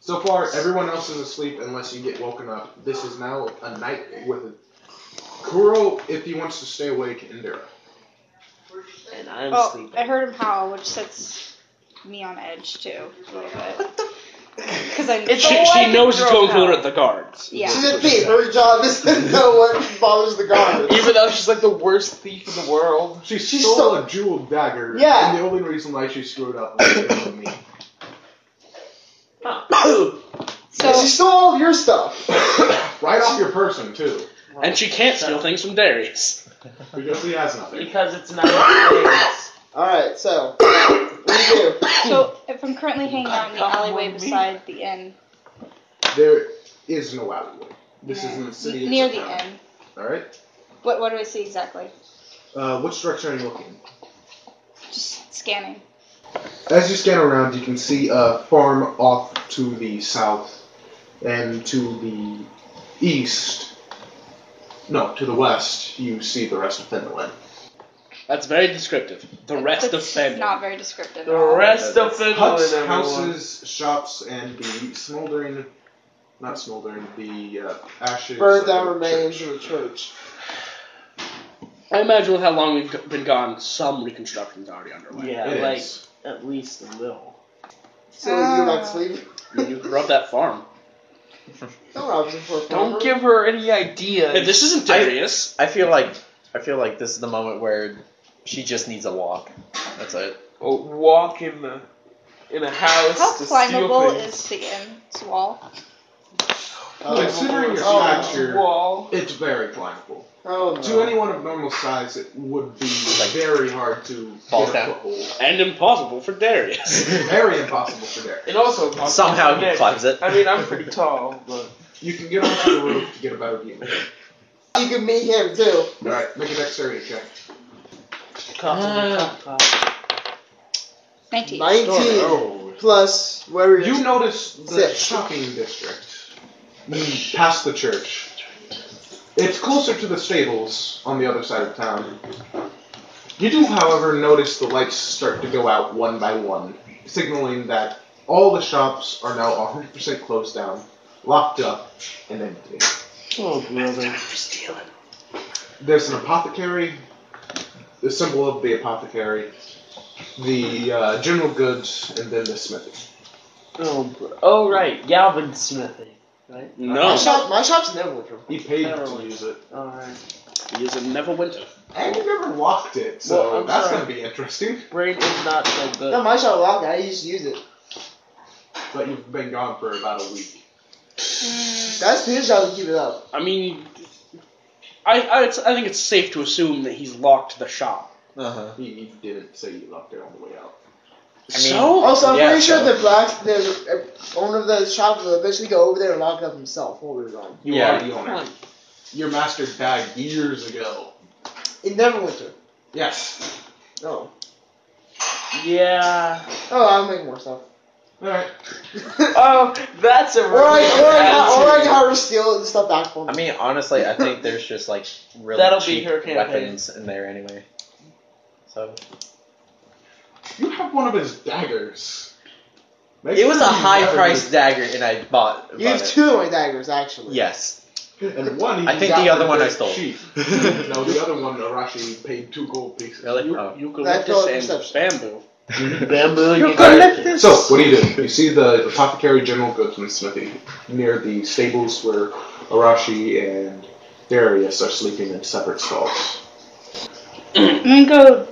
[SPEAKER 1] So far, everyone else is asleep unless you get woken up. This is now a night with a Kuro, if he wants to stay awake, and Dara.
[SPEAKER 6] And I'm
[SPEAKER 3] Well,
[SPEAKER 6] sleeping.
[SPEAKER 3] Oh, I heard him howl, which sets me on edge too a little bit. Because I
[SPEAKER 6] It's
[SPEAKER 4] she,
[SPEAKER 6] a
[SPEAKER 4] she
[SPEAKER 6] white
[SPEAKER 4] knows it's
[SPEAKER 6] girl
[SPEAKER 4] going cooler
[SPEAKER 6] now.
[SPEAKER 4] at the guards.
[SPEAKER 3] yeah.
[SPEAKER 2] She's a thief. Her job is to know what bothers the guards.
[SPEAKER 6] Even though she's like the worst thief in the world.
[SPEAKER 1] She,
[SPEAKER 2] She
[SPEAKER 1] stole,
[SPEAKER 2] stole-
[SPEAKER 1] a jeweled dagger.
[SPEAKER 2] Yeah.
[SPEAKER 1] And the only reason why she screwed up was because of me.
[SPEAKER 2] And she
[SPEAKER 3] So
[SPEAKER 2] stole all of your stuff.
[SPEAKER 1] right off your person, too.
[SPEAKER 4] And she can't steal things from Darius.
[SPEAKER 1] Because he has nothing.
[SPEAKER 6] Because it's not his
[SPEAKER 2] All right, so what do you do?
[SPEAKER 3] so if I'm currently hanging out in the
[SPEAKER 6] Come
[SPEAKER 3] alleyway
[SPEAKER 6] with me.
[SPEAKER 3] beside the inn,
[SPEAKER 1] There is no alleyway. This is in the city.
[SPEAKER 3] near
[SPEAKER 1] it's a
[SPEAKER 3] the
[SPEAKER 1] town.
[SPEAKER 3] inn,
[SPEAKER 1] Alright?
[SPEAKER 3] what what do I see exactly?
[SPEAKER 1] Uh, which direction are you looking?
[SPEAKER 3] Just scanning.
[SPEAKER 1] As you scan around, you can see a farm off to the south and to the east. No, to the west, you see the rest of Finland.
[SPEAKER 4] That's very descriptive. The rest of
[SPEAKER 3] That's
[SPEAKER 4] Fenway.
[SPEAKER 3] Not very descriptive.
[SPEAKER 6] The rest of Finland,
[SPEAKER 1] Huts,
[SPEAKER 6] everyone.
[SPEAKER 1] houses, shops, and the smoldering. Not smoldering, the uh, ashes.
[SPEAKER 2] Burn
[SPEAKER 1] of
[SPEAKER 2] down
[SPEAKER 1] the
[SPEAKER 2] remains
[SPEAKER 1] church.
[SPEAKER 2] of the church.
[SPEAKER 4] I imagine with how long we've go- been gone, some reconstruction's already underway.
[SPEAKER 6] Yeah,
[SPEAKER 1] It
[SPEAKER 6] like
[SPEAKER 1] is.
[SPEAKER 6] at least a little.
[SPEAKER 2] So you go back
[SPEAKER 3] Ah.
[SPEAKER 2] to sleep.
[SPEAKER 4] I mean, you can rub that farm.
[SPEAKER 2] No Robinson for a farmer.
[SPEAKER 6] Don't give her any ideas.
[SPEAKER 4] Hey, this isn't
[SPEAKER 5] I-
[SPEAKER 4] Darius.
[SPEAKER 5] I feel like I feel like this is the moment where she just needs a walk. That's it.
[SPEAKER 6] Or walk in the in a house
[SPEAKER 3] How
[SPEAKER 6] to
[SPEAKER 3] climbable
[SPEAKER 6] steal things.
[SPEAKER 3] is the inn's wall?
[SPEAKER 1] Considering your
[SPEAKER 2] Oh.
[SPEAKER 1] stature,
[SPEAKER 6] Wall.
[SPEAKER 1] it's very climbable.
[SPEAKER 2] Oh no.
[SPEAKER 1] To anyone of normal size, it would be
[SPEAKER 5] Like,
[SPEAKER 1] very hard to
[SPEAKER 5] fall
[SPEAKER 1] get a
[SPEAKER 5] down.
[SPEAKER 1] foothold.
[SPEAKER 4] And impossible for Darius.
[SPEAKER 1] very impossible for Derek.
[SPEAKER 6] And also possible
[SPEAKER 5] Somehow
[SPEAKER 6] for me.
[SPEAKER 5] he climbs it.
[SPEAKER 6] I mean, I'm pretty tall, but
[SPEAKER 1] You can get onto the roof to get a better view.
[SPEAKER 2] You can meet him too.
[SPEAKER 1] Alright, make a dexterity check.
[SPEAKER 5] Uh-huh.
[SPEAKER 6] Cough, cough, cough.
[SPEAKER 3] 19.
[SPEAKER 2] Nineteen
[SPEAKER 1] Oh.
[SPEAKER 2] plus whatever your
[SPEAKER 1] You notice the
[SPEAKER 2] Six.
[SPEAKER 1] shopping district mm, past the church. It's closer to the stables on the other side of town. You do, however, notice the lights start to go out one by one, signaling that all the shops are now 100% closed down, locked up, and empty.
[SPEAKER 6] Oh, brother.
[SPEAKER 1] There's an apothecary, the symbol of the apothecary, the uh, general goods, and then the smithy.
[SPEAKER 6] Oh, bro. oh, right. Galvin smithing. Right?
[SPEAKER 2] my
[SPEAKER 4] no,
[SPEAKER 2] shop. My shop's never winter.
[SPEAKER 1] He paid to
[SPEAKER 6] Apparently.
[SPEAKER 1] use it.
[SPEAKER 6] Alright.
[SPEAKER 4] he is a Neverwinter.
[SPEAKER 1] And you never locked it, so
[SPEAKER 6] Well, I'm
[SPEAKER 1] that's
[SPEAKER 6] sorry.
[SPEAKER 1] going to be interesting.
[SPEAKER 6] Brain is not so good.
[SPEAKER 2] No, my shop locked. I just use it.
[SPEAKER 1] But you've been gone for about a week.
[SPEAKER 2] That's his job to keep it up.
[SPEAKER 4] I mean, I, I, it's, I think it's safe to assume that he's locked the shop.
[SPEAKER 5] Uh huh.
[SPEAKER 1] He he didn't say you locked it on the way out.
[SPEAKER 5] I mean-
[SPEAKER 4] so?
[SPEAKER 2] Also, I'm
[SPEAKER 5] Yeah,
[SPEAKER 2] pretty sure
[SPEAKER 5] so-
[SPEAKER 2] the black, the uh, owner of the shop will eventually go over there and lock it up himself while we were gone.
[SPEAKER 1] You
[SPEAKER 5] Yeah.
[SPEAKER 1] are the owner. Your master died years ago.
[SPEAKER 2] In Neverwinter.
[SPEAKER 1] Yes.
[SPEAKER 2] No.
[SPEAKER 6] Yeah.
[SPEAKER 2] Oh, I'll make more stuff.
[SPEAKER 1] Alright.
[SPEAKER 6] Oh, that's a
[SPEAKER 2] Or I, or I, got- or I got her steal the stuff back from
[SPEAKER 5] I
[SPEAKER 2] me.
[SPEAKER 5] mean, honestly, I think there's just like really
[SPEAKER 6] That'll be
[SPEAKER 5] cheap
[SPEAKER 6] her campaign.
[SPEAKER 5] weapons in there anyway. So
[SPEAKER 1] You have one of his daggers. Make
[SPEAKER 5] it was a
[SPEAKER 1] sure you
[SPEAKER 5] high
[SPEAKER 1] never
[SPEAKER 5] priced dagger, and I bought.
[SPEAKER 2] You
[SPEAKER 5] bought
[SPEAKER 2] have
[SPEAKER 5] it.
[SPEAKER 2] two of my daggers, actually.
[SPEAKER 5] Yes.
[SPEAKER 1] use- And one he
[SPEAKER 5] I think
[SPEAKER 1] got
[SPEAKER 5] the other
[SPEAKER 1] for
[SPEAKER 5] one I
[SPEAKER 1] dirt
[SPEAKER 5] stole.
[SPEAKER 1] cheap.
[SPEAKER 5] really?
[SPEAKER 1] no, the other one Arashi paid two gold pieces.
[SPEAKER 4] You,
[SPEAKER 5] Oh.
[SPEAKER 4] you can
[SPEAKER 2] That's
[SPEAKER 4] look
[SPEAKER 2] all
[SPEAKER 4] this and
[SPEAKER 2] perception.
[SPEAKER 4] bamboo.
[SPEAKER 6] Bamboo, you
[SPEAKER 1] So, what do you do? You see the apothecary general goods and smithy near the stables where Arashi and Darius are sleeping in separate stalls.
[SPEAKER 3] I'm gonna go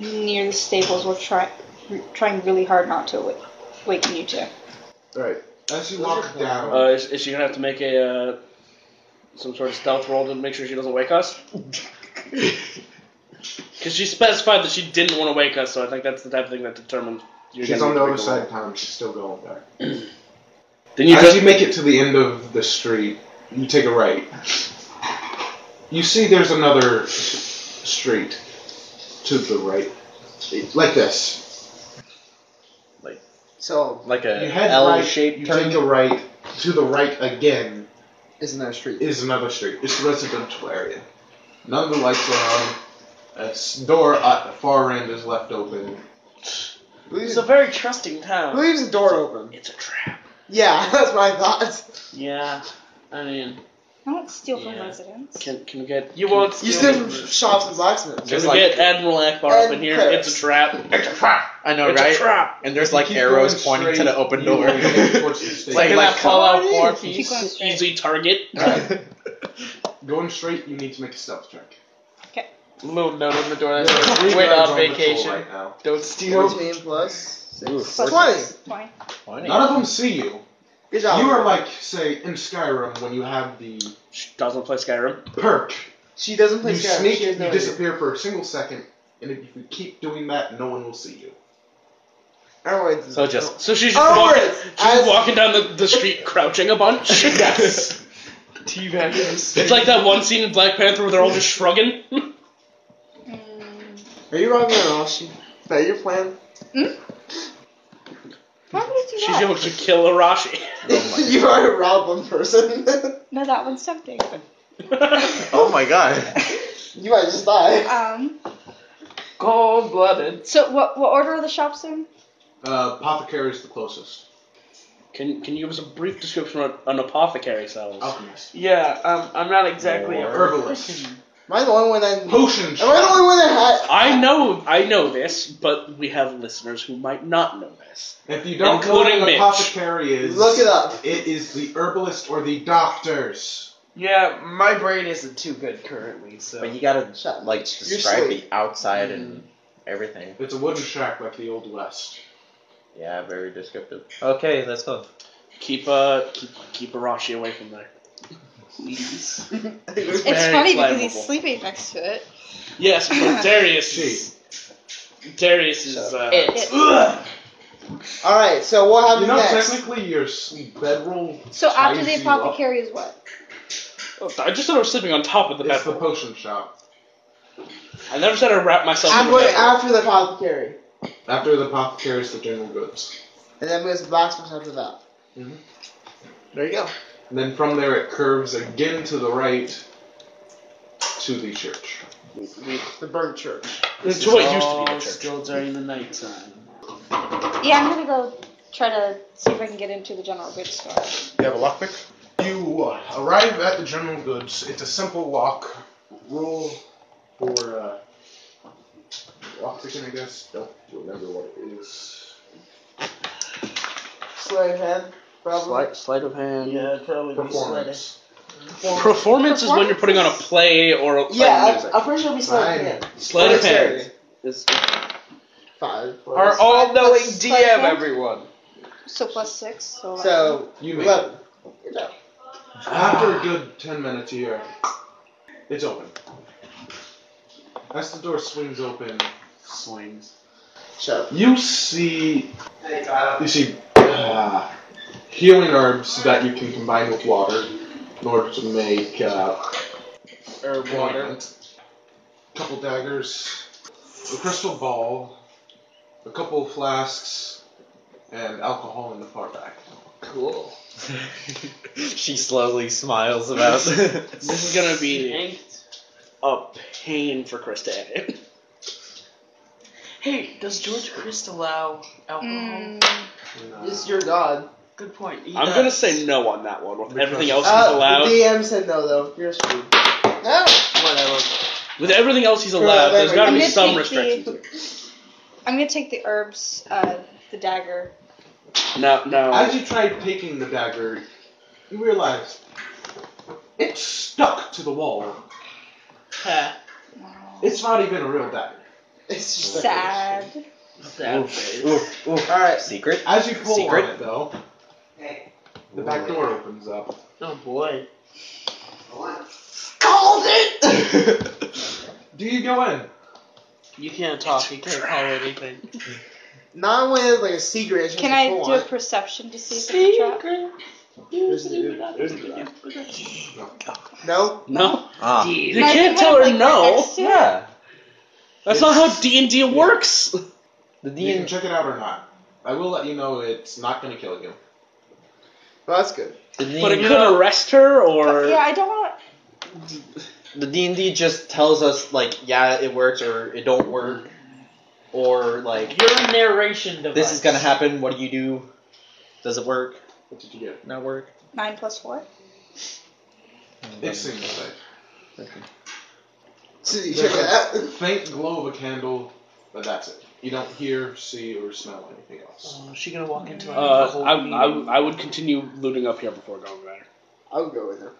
[SPEAKER 3] near the stables. We're try, we're trying really hard not to wake, waken you two.
[SPEAKER 1] Alright, as you walk down,
[SPEAKER 4] Uh, is, is she gonna have to make a uh, some sort of stealth roll to make sure she doesn't wake us? Because she specified that she didn't want to wake us, so I think that's the type of thing that determines. You're
[SPEAKER 1] she's
[SPEAKER 4] gonna
[SPEAKER 1] on the other
[SPEAKER 4] wake her
[SPEAKER 1] side
[SPEAKER 4] up.
[SPEAKER 1] of town, she's still going there.
[SPEAKER 4] Then you
[SPEAKER 1] as
[SPEAKER 4] just
[SPEAKER 1] you make it to the end of the street, you take a right. You see there's another s- street to the right. Like this.
[SPEAKER 5] Like
[SPEAKER 2] So
[SPEAKER 5] Like a
[SPEAKER 1] You head right, you
[SPEAKER 5] L-shaped turn.
[SPEAKER 1] take a right, to the right again
[SPEAKER 2] isn't there a street?
[SPEAKER 1] is another street. It's a residential area. None of the lights are on. A s- door at the far end is left open.
[SPEAKER 2] Who
[SPEAKER 6] It's
[SPEAKER 2] leaves,
[SPEAKER 6] a very trusting town.
[SPEAKER 2] who leaves the door open?
[SPEAKER 6] It's a trap.
[SPEAKER 2] Yeah, that's my thought.
[SPEAKER 6] Yeah. I mean,
[SPEAKER 3] I don't steal from
[SPEAKER 6] Yeah.
[SPEAKER 3] residents.
[SPEAKER 4] Can, can we get
[SPEAKER 6] you won't.
[SPEAKER 2] You
[SPEAKER 6] steal
[SPEAKER 2] steal from shops and blacksmiths.
[SPEAKER 4] can
[SPEAKER 5] Just
[SPEAKER 4] we
[SPEAKER 5] like-
[SPEAKER 4] get Admiral Akbar up in
[SPEAKER 2] And
[SPEAKER 4] here?
[SPEAKER 2] Chris.
[SPEAKER 4] It's a trap. It's a trap.
[SPEAKER 5] I know,
[SPEAKER 4] It's
[SPEAKER 5] right?
[SPEAKER 4] a trap.
[SPEAKER 5] And there's like
[SPEAKER 1] Keep
[SPEAKER 5] arrows
[SPEAKER 1] going
[SPEAKER 5] pointing to the
[SPEAKER 1] straight,
[SPEAKER 5] open
[SPEAKER 1] you
[SPEAKER 5] door.
[SPEAKER 1] will get towards the station.
[SPEAKER 5] like-
[SPEAKER 4] Can
[SPEAKER 5] like,
[SPEAKER 4] I call out
[SPEAKER 2] come
[SPEAKER 4] four
[SPEAKER 2] on
[SPEAKER 3] Keep going
[SPEAKER 4] piece?
[SPEAKER 3] straight.
[SPEAKER 4] Easy target.
[SPEAKER 1] Alright. Going straight, you need to make a stealth check.
[SPEAKER 6] Little note on the door.
[SPEAKER 1] There are
[SPEAKER 6] That's
[SPEAKER 1] three
[SPEAKER 6] like, Wait
[SPEAKER 1] guards on
[SPEAKER 6] on
[SPEAKER 1] patrol
[SPEAKER 6] vacation.
[SPEAKER 1] Right now.
[SPEAKER 6] Don't steal.
[SPEAKER 2] Fourteen plus
[SPEAKER 5] Ooh,
[SPEAKER 2] six.
[SPEAKER 3] Plus
[SPEAKER 2] Twenty.
[SPEAKER 3] Twenty.
[SPEAKER 5] Funny.
[SPEAKER 1] None of them see you.
[SPEAKER 2] Good job.
[SPEAKER 1] You are like, say, in Skyrim when you have the
[SPEAKER 4] She doesn't play Skyrim.
[SPEAKER 1] perk.
[SPEAKER 2] She doesn't play
[SPEAKER 1] You
[SPEAKER 2] Skyrim.
[SPEAKER 1] sneak,
[SPEAKER 2] she
[SPEAKER 1] you
[SPEAKER 2] has no idea.
[SPEAKER 1] disappear for a single second, and if you keep doing that, no one will see you.
[SPEAKER 2] I don't want to-
[SPEAKER 5] So just-
[SPEAKER 4] So she's just
[SPEAKER 2] Oh,
[SPEAKER 4] walking,
[SPEAKER 2] words!
[SPEAKER 4] she's
[SPEAKER 2] As-
[SPEAKER 4] walking down the, the street crouching a bunch.
[SPEAKER 6] Yes. Teabaggers.
[SPEAKER 4] It's like that one scene in Black Panther where they're all just shrugging.
[SPEAKER 3] Mm.
[SPEAKER 2] Are you wrong at all? She. Is that your plan?
[SPEAKER 3] Why would you do
[SPEAKER 4] She's
[SPEAKER 3] that?
[SPEAKER 4] going to kill Arashi.
[SPEAKER 2] you are a rob one person.
[SPEAKER 3] No, that one's tempting.
[SPEAKER 5] Oh my god.
[SPEAKER 2] you might just die.
[SPEAKER 3] Um.
[SPEAKER 6] Cold blooded.
[SPEAKER 3] So what? What order are the shops in?
[SPEAKER 1] Uh, apothecary is the closest.
[SPEAKER 4] Can can you give us a brief description of an apothecary sells?
[SPEAKER 1] Alchemist.
[SPEAKER 6] Yeah, um, I'm not exactly a
[SPEAKER 5] Or-
[SPEAKER 1] Herbalist.
[SPEAKER 2] Am I the only one that? Am
[SPEAKER 1] Potion
[SPEAKER 2] I the
[SPEAKER 1] shop.
[SPEAKER 2] only one that had?
[SPEAKER 4] I know I know this, but we have listeners who might not know this.
[SPEAKER 1] If you don't know
[SPEAKER 4] Including
[SPEAKER 1] what an
[SPEAKER 4] Mitch.
[SPEAKER 1] apothecary is,
[SPEAKER 2] Look it up.
[SPEAKER 1] It is the herbalist or the doctors.
[SPEAKER 6] Yeah, my brain isn't too good currently, so.
[SPEAKER 5] But you gotta
[SPEAKER 2] Shut
[SPEAKER 5] like describe
[SPEAKER 2] sleep.
[SPEAKER 5] the outside
[SPEAKER 4] Mm.
[SPEAKER 5] and everything.
[SPEAKER 1] It's a wooden shack like the old west.
[SPEAKER 5] Yeah, very descriptive. Okay, let's go.
[SPEAKER 4] Keep uh keep keep Arashi away from there.
[SPEAKER 6] Please.
[SPEAKER 2] up.
[SPEAKER 3] It's
[SPEAKER 4] Very
[SPEAKER 3] funny because
[SPEAKER 4] flammable.
[SPEAKER 3] he's sleeping next to it.
[SPEAKER 4] Yes, but Darius is Darius is
[SPEAKER 5] So-
[SPEAKER 4] uh,
[SPEAKER 6] It.
[SPEAKER 4] ugh.
[SPEAKER 2] All right. So what
[SPEAKER 1] you
[SPEAKER 2] happens
[SPEAKER 1] know,
[SPEAKER 2] next?
[SPEAKER 1] technically, your sleep bedroll.
[SPEAKER 3] So after
[SPEAKER 1] ties
[SPEAKER 3] the
[SPEAKER 1] you up.
[SPEAKER 3] apothecary is what?
[SPEAKER 4] I just said I was sleeping on top of the
[SPEAKER 1] It's the
[SPEAKER 4] bed.
[SPEAKER 1] potion shop.
[SPEAKER 4] I never said I wrapped myself in
[SPEAKER 2] I'm
[SPEAKER 4] a
[SPEAKER 2] going
[SPEAKER 4] bed.
[SPEAKER 2] after the apothecary,
[SPEAKER 1] After the apothecary is the general goods.
[SPEAKER 2] and then moves blacksmith after that.
[SPEAKER 1] Mhm.
[SPEAKER 2] There you go.
[SPEAKER 1] And then from there it curves again to the right to the church.
[SPEAKER 2] The burnt church.
[SPEAKER 4] It's what used to be
[SPEAKER 6] All
[SPEAKER 4] the church.
[SPEAKER 6] Still during the nighttime.
[SPEAKER 3] Yeah, I'm gonna go try to see if I can get into the general goods store.
[SPEAKER 5] You have a lockpick?
[SPEAKER 1] You uh, arrive at the general goods. It's a simple walk. Roll for uh, walk picking, I guess. Don't remember what it is.
[SPEAKER 2] Sleight of hand. Probably.
[SPEAKER 4] Sleight, sleight of hand.
[SPEAKER 6] Yeah, it'd probably be sweating.
[SPEAKER 1] Performance.
[SPEAKER 4] Performance is when you're putting on a play or a playing
[SPEAKER 2] Yeah,
[SPEAKER 4] music.
[SPEAKER 2] I, I'm pretty sure we sleight of hand.
[SPEAKER 4] Sleight of hand.
[SPEAKER 2] Dexterity.
[SPEAKER 4] Is,
[SPEAKER 2] Five. plus-
[SPEAKER 6] Our
[SPEAKER 5] Oh,
[SPEAKER 6] all knowing
[SPEAKER 3] Let's-
[SPEAKER 6] DM,
[SPEAKER 3] let's go.
[SPEAKER 6] everyone.
[SPEAKER 3] So plus six. So,
[SPEAKER 2] So
[SPEAKER 1] You make it.
[SPEAKER 2] eleven.
[SPEAKER 1] After a good ten minutes here, it's open. As the door swings open, swings.
[SPEAKER 2] Shut up.
[SPEAKER 1] You see You see, uh, healing herbs that you can combine with water in order to make uh,
[SPEAKER 6] Or water.
[SPEAKER 1] couple daggers, a crystal ball, a couple flasks, and alcohol in the far back.
[SPEAKER 2] Cool.
[SPEAKER 5] she slowly smiles about
[SPEAKER 4] this is gonna be
[SPEAKER 6] Hey,
[SPEAKER 4] a pain for Chris to edit.
[SPEAKER 6] hey, does George Christ allow alcohol?
[SPEAKER 3] Mm,
[SPEAKER 2] It's your god.
[SPEAKER 6] Good point.
[SPEAKER 4] I'm gonna say no on that one. With
[SPEAKER 1] Because-
[SPEAKER 4] everything else he's
[SPEAKER 2] Uh,
[SPEAKER 4] allowed,
[SPEAKER 2] The DM said no though. You're screwed. No. Whatever.
[SPEAKER 4] with everything else he's allowed, there's gotta
[SPEAKER 3] I'm
[SPEAKER 4] be
[SPEAKER 3] gonna
[SPEAKER 4] some
[SPEAKER 3] take
[SPEAKER 4] restrictions.
[SPEAKER 3] the. I'm gonna take the herbs, uh, the dagger.
[SPEAKER 4] No, no.
[SPEAKER 1] As you try taking the dagger, you realize it's stuck to the wall. It's not even a real dagger.
[SPEAKER 2] It's just like-
[SPEAKER 3] Sad.
[SPEAKER 5] oof, oof.
[SPEAKER 2] All right.
[SPEAKER 5] Secret?
[SPEAKER 1] As you pull
[SPEAKER 5] Secret?
[SPEAKER 1] on it, though,
[SPEAKER 9] Hey,
[SPEAKER 1] the back door opens up.
[SPEAKER 6] Oh boy.
[SPEAKER 9] what?
[SPEAKER 2] Called it.
[SPEAKER 1] Do you go in?
[SPEAKER 6] You can't talk. You can't call anything.
[SPEAKER 2] Not when it's like a secret. It's just
[SPEAKER 3] Can
[SPEAKER 2] a
[SPEAKER 3] I
[SPEAKER 2] full
[SPEAKER 3] do a
[SPEAKER 2] on.
[SPEAKER 3] perception to see if it's a trap?
[SPEAKER 2] There's a- there's a- No.
[SPEAKER 4] no,
[SPEAKER 5] Ah.
[SPEAKER 4] you
[SPEAKER 3] Can I-
[SPEAKER 4] can't
[SPEAKER 3] can I,
[SPEAKER 4] tell her
[SPEAKER 3] like,
[SPEAKER 4] no.
[SPEAKER 3] next to it?
[SPEAKER 5] Yeah.
[SPEAKER 4] That's not how D and D works.
[SPEAKER 5] The
[SPEAKER 1] You can
[SPEAKER 5] D
[SPEAKER 1] check it out or not. I will let you know it's not going to kill you.
[SPEAKER 2] Well, that's good.
[SPEAKER 5] The
[SPEAKER 4] But it
[SPEAKER 5] D
[SPEAKER 4] could arrest her, or
[SPEAKER 3] yeah, I don't want.
[SPEAKER 5] the D and D just tells us like, yeah, it works or it don't work, or like
[SPEAKER 6] You're a narration device.
[SPEAKER 5] this is gonna happen. What do you do? Does it work?
[SPEAKER 1] What did you get?
[SPEAKER 5] Not work?
[SPEAKER 3] Nine plus four.
[SPEAKER 1] It seems like.
[SPEAKER 2] So you check that out.
[SPEAKER 1] Faint glow of a candle, but that's it. You don't hear, see, or smell anything else.
[SPEAKER 6] Oh, is she gonna walk into a
[SPEAKER 4] uh,
[SPEAKER 6] whole
[SPEAKER 4] I,
[SPEAKER 6] meeting?
[SPEAKER 4] I, I would continue looting up here before going there.
[SPEAKER 2] I would go with her.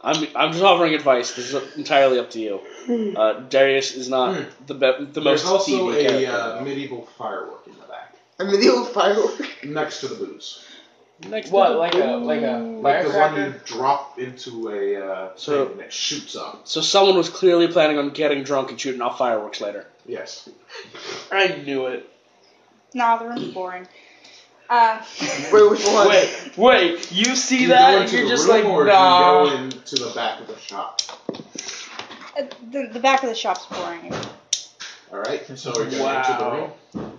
[SPEAKER 4] I'm, I'm just offering advice. This is entirely up to you. Uh, Darius is not the be- the
[SPEAKER 1] Hmm. There's
[SPEAKER 4] most
[SPEAKER 1] also
[SPEAKER 4] thieving
[SPEAKER 1] a
[SPEAKER 4] character.
[SPEAKER 1] uh, medieval firework in the back,
[SPEAKER 2] A medieval firework.
[SPEAKER 1] next to the booze.
[SPEAKER 4] Next
[SPEAKER 6] What, like a
[SPEAKER 5] Mm.
[SPEAKER 6] like a
[SPEAKER 1] Like the one you
[SPEAKER 6] firecracker?
[SPEAKER 1] drop into a uh,
[SPEAKER 4] So-
[SPEAKER 1] thing that shoots up.
[SPEAKER 4] So someone was clearly planning on getting drunk and shooting off fireworks later.
[SPEAKER 1] Yes.
[SPEAKER 4] I knew it.
[SPEAKER 3] Nah, the room's boring. Uh,
[SPEAKER 2] Wait, which one?
[SPEAKER 6] Wait, wait, you see
[SPEAKER 1] Do you
[SPEAKER 6] that
[SPEAKER 1] go
[SPEAKER 6] and
[SPEAKER 1] into
[SPEAKER 6] you're
[SPEAKER 1] the
[SPEAKER 6] just
[SPEAKER 1] room
[SPEAKER 6] like,
[SPEAKER 1] or do
[SPEAKER 6] nah.
[SPEAKER 1] you go into the back of the shop.
[SPEAKER 3] the, the back of the shop's boring.
[SPEAKER 1] All right. So we're going into the
[SPEAKER 6] Wow.
[SPEAKER 1] room.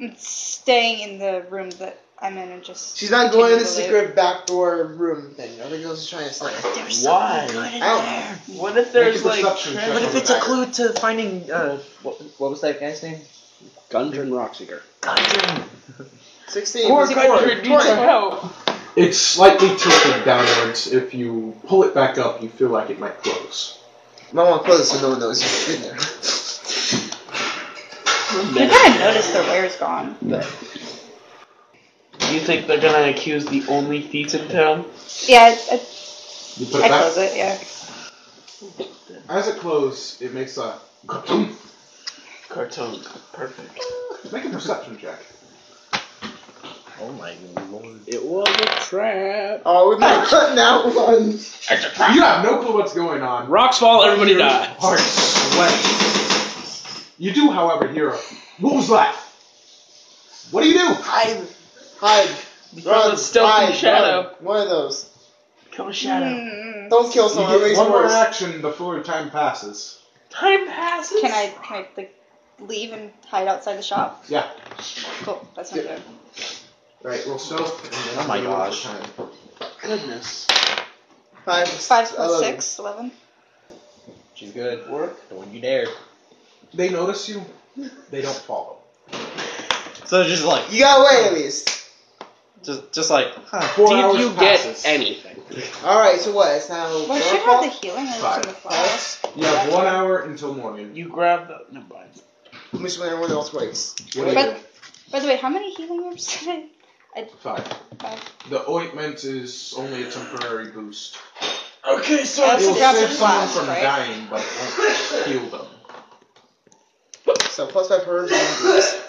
[SPEAKER 3] I'm staying in the room that I'm in and just.
[SPEAKER 2] She's not going in the
[SPEAKER 3] Continue to
[SPEAKER 2] secret back door room thing. Other girls are trying to slam.
[SPEAKER 3] There's
[SPEAKER 5] Why?
[SPEAKER 3] something good in
[SPEAKER 2] Ow.
[SPEAKER 3] there.
[SPEAKER 6] What if
[SPEAKER 1] Make
[SPEAKER 6] there's
[SPEAKER 1] a
[SPEAKER 6] like
[SPEAKER 1] perception check
[SPEAKER 5] What
[SPEAKER 6] treasure?
[SPEAKER 5] if it's a clue to finding uh, what, what was that guy's name?
[SPEAKER 4] Gundren Rockseeker.
[SPEAKER 5] Gundren.
[SPEAKER 2] Sixteen.
[SPEAKER 6] Poor
[SPEAKER 2] plus four.
[SPEAKER 6] country needs some help.
[SPEAKER 1] It's slightly tilted downwards. If you pull it back up, you feel like it might close.
[SPEAKER 2] Might want to close so no one knows you're in there.
[SPEAKER 3] You kind of notice their ware's gone.
[SPEAKER 6] Do you think they're gonna accuse the only thieves in town?
[SPEAKER 3] Yeah, I,
[SPEAKER 1] You put it
[SPEAKER 3] I, I
[SPEAKER 1] back.
[SPEAKER 3] close it. Yeah.
[SPEAKER 1] As it closes, it makes a.
[SPEAKER 6] Cartoon. Perfect.
[SPEAKER 1] Make a perception check.
[SPEAKER 5] Oh my lord.
[SPEAKER 4] It was a trap.
[SPEAKER 2] Oh, we're not cutting out one.
[SPEAKER 1] You have no clue what's going on.
[SPEAKER 4] Rocks fall, everybody
[SPEAKER 1] Your
[SPEAKER 4] dies.
[SPEAKER 1] Heart sweats. You do, however, hear a. What was that? What do you do?
[SPEAKER 2] Hide, hide,
[SPEAKER 6] Run
[SPEAKER 2] run,
[SPEAKER 6] with stealthy
[SPEAKER 2] hide,
[SPEAKER 6] shadow.
[SPEAKER 2] run. One of those.
[SPEAKER 6] Kill a shadow.
[SPEAKER 3] Mm,
[SPEAKER 2] Don't kill
[SPEAKER 1] You
[SPEAKER 2] someone. It
[SPEAKER 1] get
[SPEAKER 2] makes
[SPEAKER 1] one more
[SPEAKER 2] worse.
[SPEAKER 1] action before time passes.
[SPEAKER 6] Time passes.
[SPEAKER 3] can I can I like leave and hide outside the shop?
[SPEAKER 1] Yeah.
[SPEAKER 3] Cool. That's not good.
[SPEAKER 1] Right, roll stealth. and then
[SPEAKER 5] Oh my
[SPEAKER 1] roll for
[SPEAKER 5] gosh.
[SPEAKER 1] time.
[SPEAKER 6] Goodness.
[SPEAKER 2] Five,
[SPEAKER 3] Five plus
[SPEAKER 2] eleven.
[SPEAKER 3] six, eleven.
[SPEAKER 5] She's good. Work. Don't you dare.
[SPEAKER 1] They notice you, they don't follow.
[SPEAKER 5] So just like,
[SPEAKER 2] You got away at least.
[SPEAKER 5] just just like, huh.
[SPEAKER 1] Four
[SPEAKER 4] Did
[SPEAKER 1] hours
[SPEAKER 4] you
[SPEAKER 1] passes.
[SPEAKER 4] get anything?
[SPEAKER 2] All right, so what? It's now.
[SPEAKER 3] Well, I
[SPEAKER 2] your
[SPEAKER 3] should have
[SPEAKER 2] fault?
[SPEAKER 3] the healing herbs
[SPEAKER 1] Five.
[SPEAKER 3] in the flask.
[SPEAKER 1] You have one hour until morning.
[SPEAKER 6] You grab the. No, mind.
[SPEAKER 2] Which one everyone else wakes?
[SPEAKER 1] What do you
[SPEAKER 3] But, by the way, how many healing herbs did
[SPEAKER 1] do? Five.
[SPEAKER 3] I?
[SPEAKER 1] The ointment is only a temporary boost.
[SPEAKER 6] Okay, so
[SPEAKER 3] I
[SPEAKER 1] It will
[SPEAKER 3] should grab
[SPEAKER 1] save
[SPEAKER 3] the
[SPEAKER 1] someone
[SPEAKER 3] flask,
[SPEAKER 1] from
[SPEAKER 3] right?
[SPEAKER 1] dying, but it won't heal them.
[SPEAKER 2] So plus five per herbs.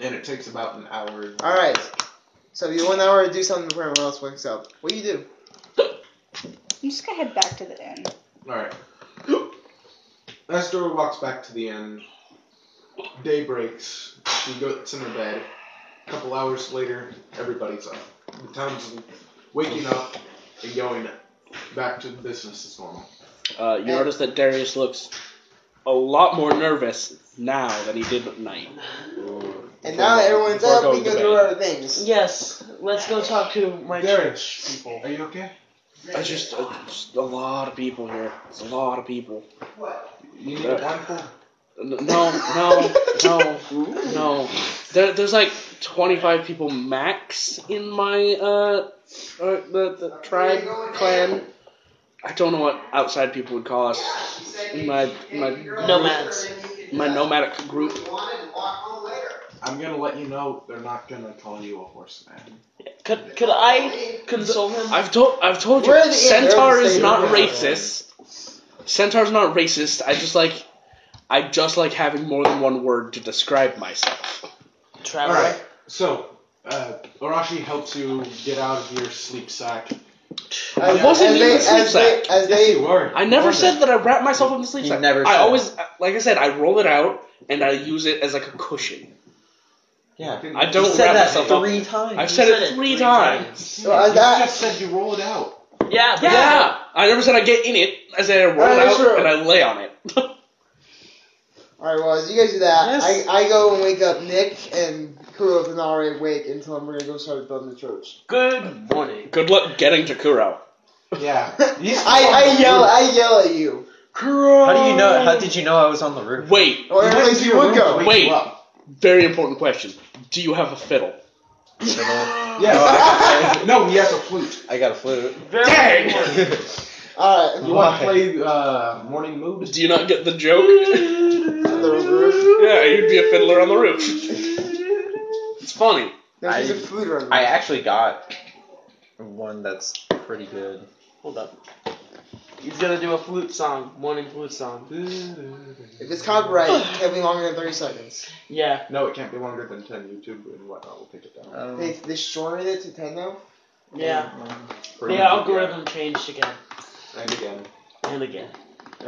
[SPEAKER 1] And it takes about an hour.
[SPEAKER 2] All right. So you have one hour to do something before everyone else wakes up. What do you do?
[SPEAKER 3] I'm just gonna head back to the inn.
[SPEAKER 1] Alright. Esther walks back to the inn. Day breaks. She gets in her bed. A couple hours later, everybody's up. The town's waking up and going back to business as normal.
[SPEAKER 4] Uh, you notice that Darius looks a lot more nervous now than he did at night.
[SPEAKER 2] And now that everyone's
[SPEAKER 4] Before
[SPEAKER 2] up, we
[SPEAKER 4] going
[SPEAKER 2] go
[SPEAKER 4] to
[SPEAKER 2] through
[SPEAKER 4] bed.
[SPEAKER 2] other things.
[SPEAKER 6] Yes, let's go talk to my
[SPEAKER 1] Darius.
[SPEAKER 6] church people.
[SPEAKER 1] Are you okay?
[SPEAKER 4] There's just, uh, just a lot of people here. There's a lot of people.
[SPEAKER 1] You need a blindfold?
[SPEAKER 4] No, no, no, no. There, there's like 25 people max in my uh, uh the, the tribe clan. I don't know what outside people would call us. My my
[SPEAKER 6] Nomads.
[SPEAKER 4] my nomadic group.
[SPEAKER 1] I'm gonna let you know they're not gonna call you a horseman.
[SPEAKER 6] Could, could I console him?
[SPEAKER 4] I've told I've told you
[SPEAKER 2] We're the-
[SPEAKER 4] Centaur
[SPEAKER 2] we're the
[SPEAKER 4] is
[SPEAKER 2] same
[SPEAKER 4] not
[SPEAKER 2] race.
[SPEAKER 4] racist. Centaur's not racist. I just like I just like having more than one word to describe myself.
[SPEAKER 6] Traveler.
[SPEAKER 1] Alright, so, uh, Arashi helps you get out of your sleep sack.
[SPEAKER 2] As-
[SPEAKER 4] I wasn't
[SPEAKER 2] as
[SPEAKER 4] even
[SPEAKER 2] they,
[SPEAKER 4] sleep
[SPEAKER 2] as they, as
[SPEAKER 1] Yes,
[SPEAKER 2] they,
[SPEAKER 1] you were.
[SPEAKER 4] I never
[SPEAKER 1] Hold
[SPEAKER 4] said that I wrap myself up in sleep
[SPEAKER 5] You
[SPEAKER 4] sack.
[SPEAKER 5] never
[SPEAKER 4] I
[SPEAKER 5] said
[SPEAKER 4] always like I said I roll it out and I use it as like a cushion.
[SPEAKER 5] yeah.
[SPEAKER 1] it.
[SPEAKER 4] I don't
[SPEAKER 5] You said
[SPEAKER 4] wrap
[SPEAKER 5] that
[SPEAKER 4] myself up.
[SPEAKER 5] three times.
[SPEAKER 4] I've said, it three times.
[SPEAKER 2] so as
[SPEAKER 1] You
[SPEAKER 2] that,
[SPEAKER 1] just said you roll it out.
[SPEAKER 6] Yeah,
[SPEAKER 4] Yeah. I never said I get in it. I said I roll
[SPEAKER 2] Alright,
[SPEAKER 4] it out
[SPEAKER 2] sure.
[SPEAKER 4] and I lay on it.
[SPEAKER 2] All right, well, as you guys do that,
[SPEAKER 6] Yes.
[SPEAKER 2] I, I go and wake up Nick and Kuro if they're not already awake and tell them we're gonna go start building the church.
[SPEAKER 6] Good morning.
[SPEAKER 4] Good luck getting to Kuro.
[SPEAKER 1] Yeah.
[SPEAKER 2] I, I yell I yell at you.
[SPEAKER 1] Kuro.
[SPEAKER 5] How do you know? How did you know I was on the roof?
[SPEAKER 4] Wait,
[SPEAKER 2] Or at least you would go.
[SPEAKER 4] Wait. very important question. Do you have a fiddle?
[SPEAKER 1] Yeah.
[SPEAKER 5] Oh,
[SPEAKER 1] no, he has a flute.
[SPEAKER 5] I got a flute.
[SPEAKER 6] Very
[SPEAKER 4] Dang!
[SPEAKER 6] good morning.
[SPEAKER 2] All right.
[SPEAKER 1] You want to play uh, morning mood?
[SPEAKER 4] Do you not get the joke?
[SPEAKER 2] On the roof.
[SPEAKER 4] yeah, you'd be a fiddler on the roof. It's funny.
[SPEAKER 2] No, she's
[SPEAKER 5] I-
[SPEAKER 2] a flute runner.
[SPEAKER 5] I actually got one that's pretty good.
[SPEAKER 6] Hold up. He's gonna do a flute song, morning flute song.
[SPEAKER 2] if it's copyright, it can't be longer than thirty seconds.
[SPEAKER 6] Yeah.
[SPEAKER 1] No, it can't be longer than ten. YouTube and whatnot will take it down.
[SPEAKER 2] They
[SPEAKER 5] Um,
[SPEAKER 2] they shortened it to ten now.
[SPEAKER 6] Yeah.
[SPEAKER 1] Pretty
[SPEAKER 6] The
[SPEAKER 1] much, yeah.
[SPEAKER 6] algorithm changed again
[SPEAKER 1] And again.
[SPEAKER 6] and again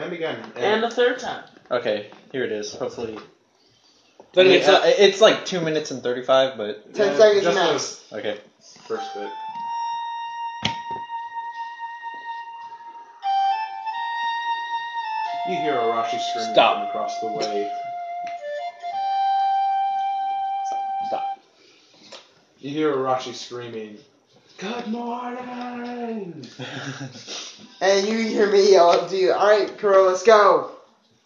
[SPEAKER 1] And again.
[SPEAKER 6] and the third time.
[SPEAKER 5] okay, here it is. Hopefully,
[SPEAKER 4] Then
[SPEAKER 5] Yeah,
[SPEAKER 4] it's not-
[SPEAKER 5] uh, it's like two minutes and thirty-five, but
[SPEAKER 2] Ten
[SPEAKER 1] Yeah,
[SPEAKER 2] seconds
[SPEAKER 1] just
[SPEAKER 2] max.
[SPEAKER 5] okay.
[SPEAKER 1] the First bit. You hear Arashi screaming
[SPEAKER 4] Stop.
[SPEAKER 1] from across the way.
[SPEAKER 4] Stop.
[SPEAKER 1] You hear Arashi screaming. Good morning.
[SPEAKER 2] And you hear me yell up to you. All right, Kuro, let's go.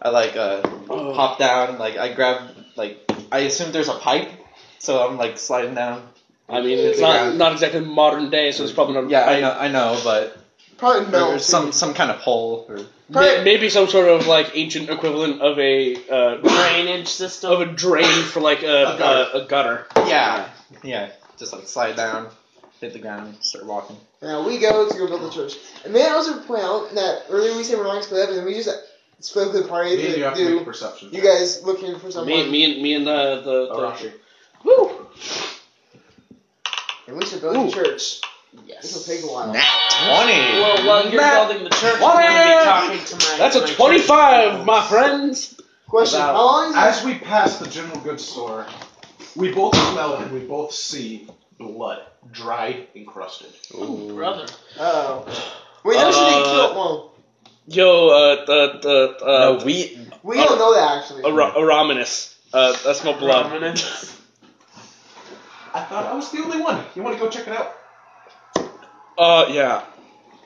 [SPEAKER 5] I like uh, hop down. Like I grab. Like I assume there's a pipe, so I'm like sliding down.
[SPEAKER 4] I mean, it's not not exactly modern day, so it's probably not.
[SPEAKER 5] Yeah, I know, I know, but
[SPEAKER 2] Probably
[SPEAKER 5] or-
[SPEAKER 2] no.
[SPEAKER 5] or some some kind of pole. Or,
[SPEAKER 4] May- maybe some sort of like ancient equivalent of a uh,
[SPEAKER 6] Drainage system.
[SPEAKER 4] of a drain for like a a
[SPEAKER 1] gutter.
[SPEAKER 4] a, gutter.
[SPEAKER 5] yeah, yeah, just like slide down, hit the ground, start walking.
[SPEAKER 2] Now we go to go build the church. And may I also point out that earlier we said we're not gonna split up, and then we just split up the
[SPEAKER 1] Me
[SPEAKER 2] party
[SPEAKER 1] and you
[SPEAKER 2] to
[SPEAKER 1] have to make a
[SPEAKER 2] do
[SPEAKER 1] perception.
[SPEAKER 2] you guys looking for someone.
[SPEAKER 4] Me, me and me and uh, the, the
[SPEAKER 1] Arashi.
[SPEAKER 4] woo.
[SPEAKER 2] And we should build
[SPEAKER 4] Ooh.
[SPEAKER 2] the church. This will
[SPEAKER 6] yes.
[SPEAKER 2] take a while.
[SPEAKER 5] Nat
[SPEAKER 6] Well, while you're
[SPEAKER 4] Matt-
[SPEAKER 6] building the church,
[SPEAKER 4] What?
[SPEAKER 6] I'm gonna be talking to my.
[SPEAKER 4] That's a
[SPEAKER 6] my church
[SPEAKER 4] twenty-five,
[SPEAKER 6] people.
[SPEAKER 4] my friends.
[SPEAKER 2] Question:
[SPEAKER 1] About-
[SPEAKER 2] How long is
[SPEAKER 1] As we pass the general goods store, we both smell and we both see blood, dried, encrusted.
[SPEAKER 5] twenty.
[SPEAKER 6] Brother.
[SPEAKER 2] Oh, we know she didn't
[SPEAKER 4] Uh,
[SPEAKER 2] kill. Well,
[SPEAKER 4] Yo, uh, the the
[SPEAKER 5] No,
[SPEAKER 4] uh,
[SPEAKER 5] we.
[SPEAKER 2] we don't know that actually.
[SPEAKER 4] Ara- Araminus. Uh, that's my blood.
[SPEAKER 6] Prominent.
[SPEAKER 1] I thought I was the only one. You want to go check it out?
[SPEAKER 4] Uh, yeah.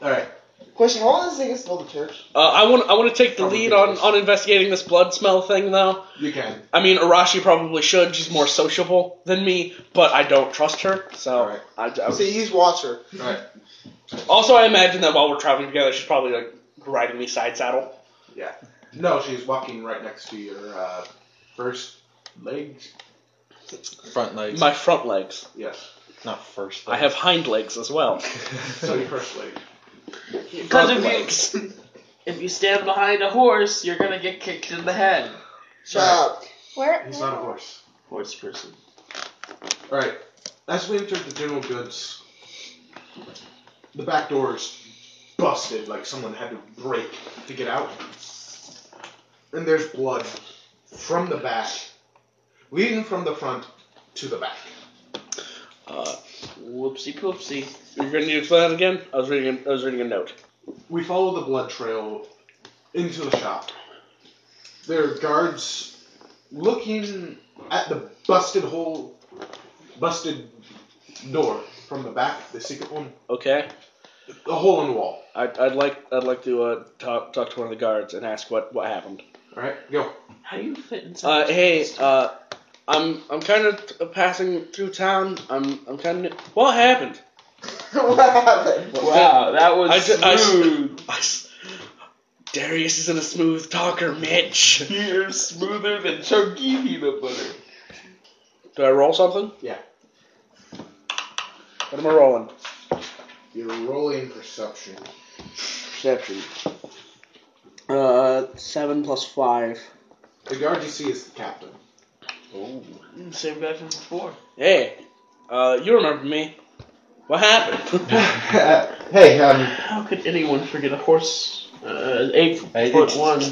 [SPEAKER 1] All right.
[SPEAKER 2] Question: How long does it take us to build the church?
[SPEAKER 4] Uh, I want I want to take the lead on on investigating this blood smell thing though.
[SPEAKER 1] You can.
[SPEAKER 4] I mean, Arashi probably should. She's more sociable than me, but I don't trust her. So,
[SPEAKER 1] Alright.
[SPEAKER 4] I, I-
[SPEAKER 2] So you use Watcher.
[SPEAKER 1] All right.
[SPEAKER 4] also I imagine that while we're traveling together, she's probably like riding me side saddle.
[SPEAKER 1] Yeah. No, she's walking right next to your uh, first legs.
[SPEAKER 5] Front legs,
[SPEAKER 4] My front legs.
[SPEAKER 1] Yes.
[SPEAKER 5] not first.
[SPEAKER 4] I have hind legs as well.
[SPEAKER 1] So your first leg.
[SPEAKER 6] Because if you if you stand behind a horse, you're gonna get kicked in the head.
[SPEAKER 2] Shut up.
[SPEAKER 3] Where?
[SPEAKER 1] He's not a horse.
[SPEAKER 6] Horse person.
[SPEAKER 1] All right. As we entered the general goods, the back door is busted, like someone had to break to get out. And there's blood from the back, leading from the front to the back.
[SPEAKER 4] Uh,
[SPEAKER 6] Whoopsie poopsie.
[SPEAKER 4] you're gonna use that again? I was reading. A, I was reading a note.
[SPEAKER 1] We follow the blood trail into the shop. There are guards looking at the busted hole, busted door from the back, the secret one,
[SPEAKER 4] Okay.
[SPEAKER 1] the hole in the wall.
[SPEAKER 4] I'd, I'd like I'd like to uh, talk talk to one of the guards and ask what what happened.
[SPEAKER 1] All right, go.
[SPEAKER 6] How do you fit inside?
[SPEAKER 4] Uh, hey, uh, I'm I'm kind of passing through town. I'm I'm kind of what happened?
[SPEAKER 2] what happened?
[SPEAKER 6] wow, that was
[SPEAKER 4] I ju- I s-
[SPEAKER 6] smooth.
[SPEAKER 4] I s- Darius isn't a smooth talker, Mitch.
[SPEAKER 6] You're smoother than chunky peanut butter.
[SPEAKER 4] Do I roll something?
[SPEAKER 1] Yeah.
[SPEAKER 4] What am I rolling?
[SPEAKER 1] You're rolling perception.
[SPEAKER 4] Perception. Uh, seven plus five.
[SPEAKER 1] The guard you see is the captain.
[SPEAKER 6] Mm, Same guy from before.
[SPEAKER 4] Hey, uh, you remember me? What happened?
[SPEAKER 1] hey, um,
[SPEAKER 6] How could anyone forget a horse? Uh, an eight
[SPEAKER 5] Hey,
[SPEAKER 6] foot
[SPEAKER 5] it's-
[SPEAKER 6] one,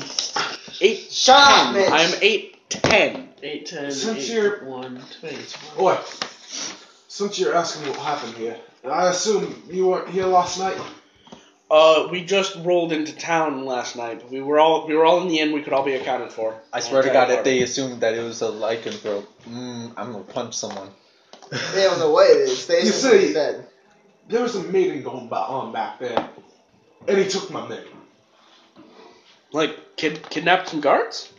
[SPEAKER 4] eight.
[SPEAKER 2] Shut up, Mitch.
[SPEAKER 4] I'm eight ten.
[SPEAKER 6] eight ten,
[SPEAKER 1] Since
[SPEAKER 6] eight
[SPEAKER 1] you're-
[SPEAKER 6] one, twenty-one.
[SPEAKER 1] boy, since you're asking what happened here, I assume you weren't here last night.
[SPEAKER 4] Uh, we just rolled into town last night. We were all we were all in the inn. We could all be accounted for.
[SPEAKER 5] I swear to God, if they assumed that it was a lycanthrope, mm, I'm gonna punch someone.
[SPEAKER 2] They don't know what it is. They
[SPEAKER 1] You
[SPEAKER 2] just
[SPEAKER 1] see-
[SPEAKER 2] dead.
[SPEAKER 1] There was a meeting going by on back there, and he took my name.
[SPEAKER 4] like kid kidnapped some guards.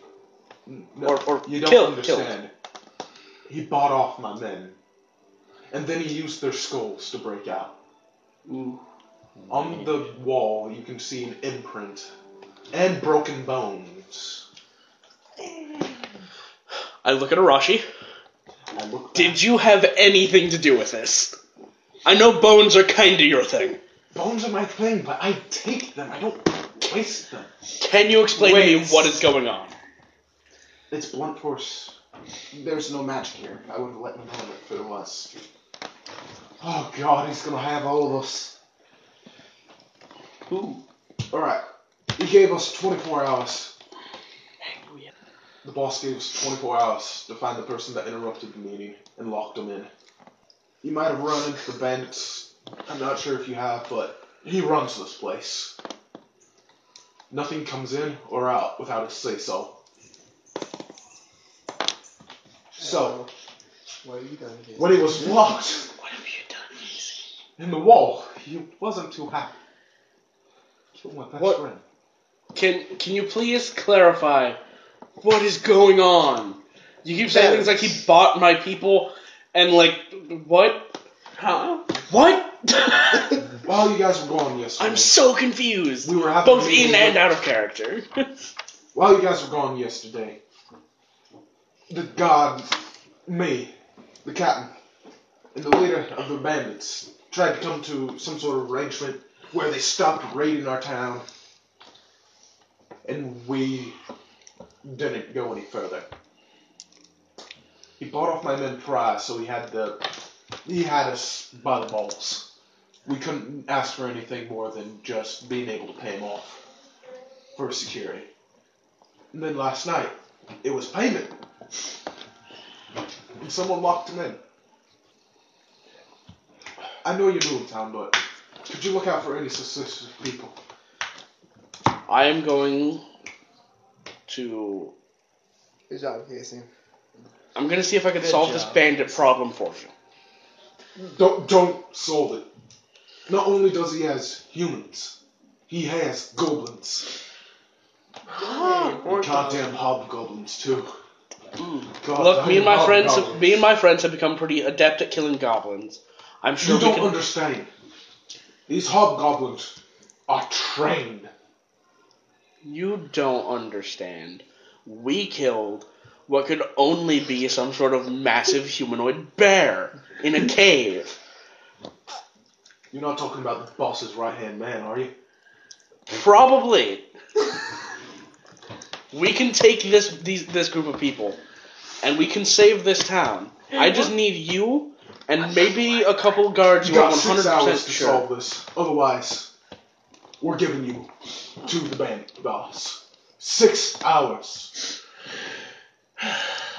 [SPEAKER 1] No,
[SPEAKER 4] Or- or
[SPEAKER 1] you don't
[SPEAKER 4] kill-
[SPEAKER 1] understand. He bought off my men, and then he used their skulls to break out. On the wall, you can see an imprint and broken bones.
[SPEAKER 4] I look at Arashi.
[SPEAKER 1] I look.
[SPEAKER 4] Did you have anything to do with this? I know bones are kinda your thing.
[SPEAKER 1] Bones are my thing, but I take them. I don't waste them.
[SPEAKER 4] Can you explain to me
[SPEAKER 1] Wait.
[SPEAKER 4] what is going on?
[SPEAKER 1] It's blunt force. There's no magic here. I would have let him have it if it was. Oh god, he's gonna have all of us.
[SPEAKER 4] Who?
[SPEAKER 1] Alright. He gave us 24 hours. The boss gave us 24 hours to find the person that interrupted the meeting and locked him in. You might have run into the bandits. I'm not sure if you have, but he runs this place. Nothing comes in or out without his say so. So,
[SPEAKER 2] What have you done? Jason?
[SPEAKER 1] when he was locked
[SPEAKER 4] What have you done?
[SPEAKER 1] in the wall, he wasn't too happy. Killed my best
[SPEAKER 4] What-
[SPEAKER 1] friend.
[SPEAKER 4] Can can you please clarify what is going on? You keep saying things like he bought my people and like what? Huh? What?
[SPEAKER 1] While you guys were gone yesterday,
[SPEAKER 4] I'm so confused.
[SPEAKER 1] we were having a
[SPEAKER 4] Both
[SPEAKER 1] meeting
[SPEAKER 4] in and
[SPEAKER 1] with-
[SPEAKER 4] out of character.
[SPEAKER 1] While you guys were gone yesterday, the god, me, the captain, and the leader of the bandits tried to come to some sort of arrangement where they stopped raiding our town, and we didn't go any further. He bought off my men prize, so he had the he had us by the balls. We couldn't ask for anything more than just being able to pay him off for security. And then last night, it was payment. And someone locked him in. I know you're new in town, but could you look out for any suspicious people?
[SPEAKER 4] I am going to.
[SPEAKER 2] Good job, Casey.
[SPEAKER 4] I'm gonna see if I can
[SPEAKER 2] Good
[SPEAKER 4] solve
[SPEAKER 2] job.
[SPEAKER 4] this bandit problem for you.
[SPEAKER 1] Don't don't solve it. Not only does he has humans, he has goblins. And goddamn hobgoblins too. God,
[SPEAKER 4] Look, me and my friends,
[SPEAKER 1] hobgoblins.
[SPEAKER 4] me and my friends have become pretty adept at killing goblins. I'm sure
[SPEAKER 1] You
[SPEAKER 4] we
[SPEAKER 1] don't
[SPEAKER 4] can.
[SPEAKER 1] understand. These hobgoblins are trained.
[SPEAKER 4] you don't understand. We killed what could only be some sort of massive humanoid bear in a cave.
[SPEAKER 1] You're not talking about the boss's right hand man, are you?
[SPEAKER 4] Probably. we can take this these, this group of people, and we can save this town. I just need you and maybe a couple guards
[SPEAKER 1] You
[SPEAKER 4] you are
[SPEAKER 1] got
[SPEAKER 4] one
[SPEAKER 1] six
[SPEAKER 4] hundred
[SPEAKER 1] hours
[SPEAKER 4] percent
[SPEAKER 1] to
[SPEAKER 4] sure.
[SPEAKER 1] solve this. Otherwise, we're giving you to the bandit boss. Six hours.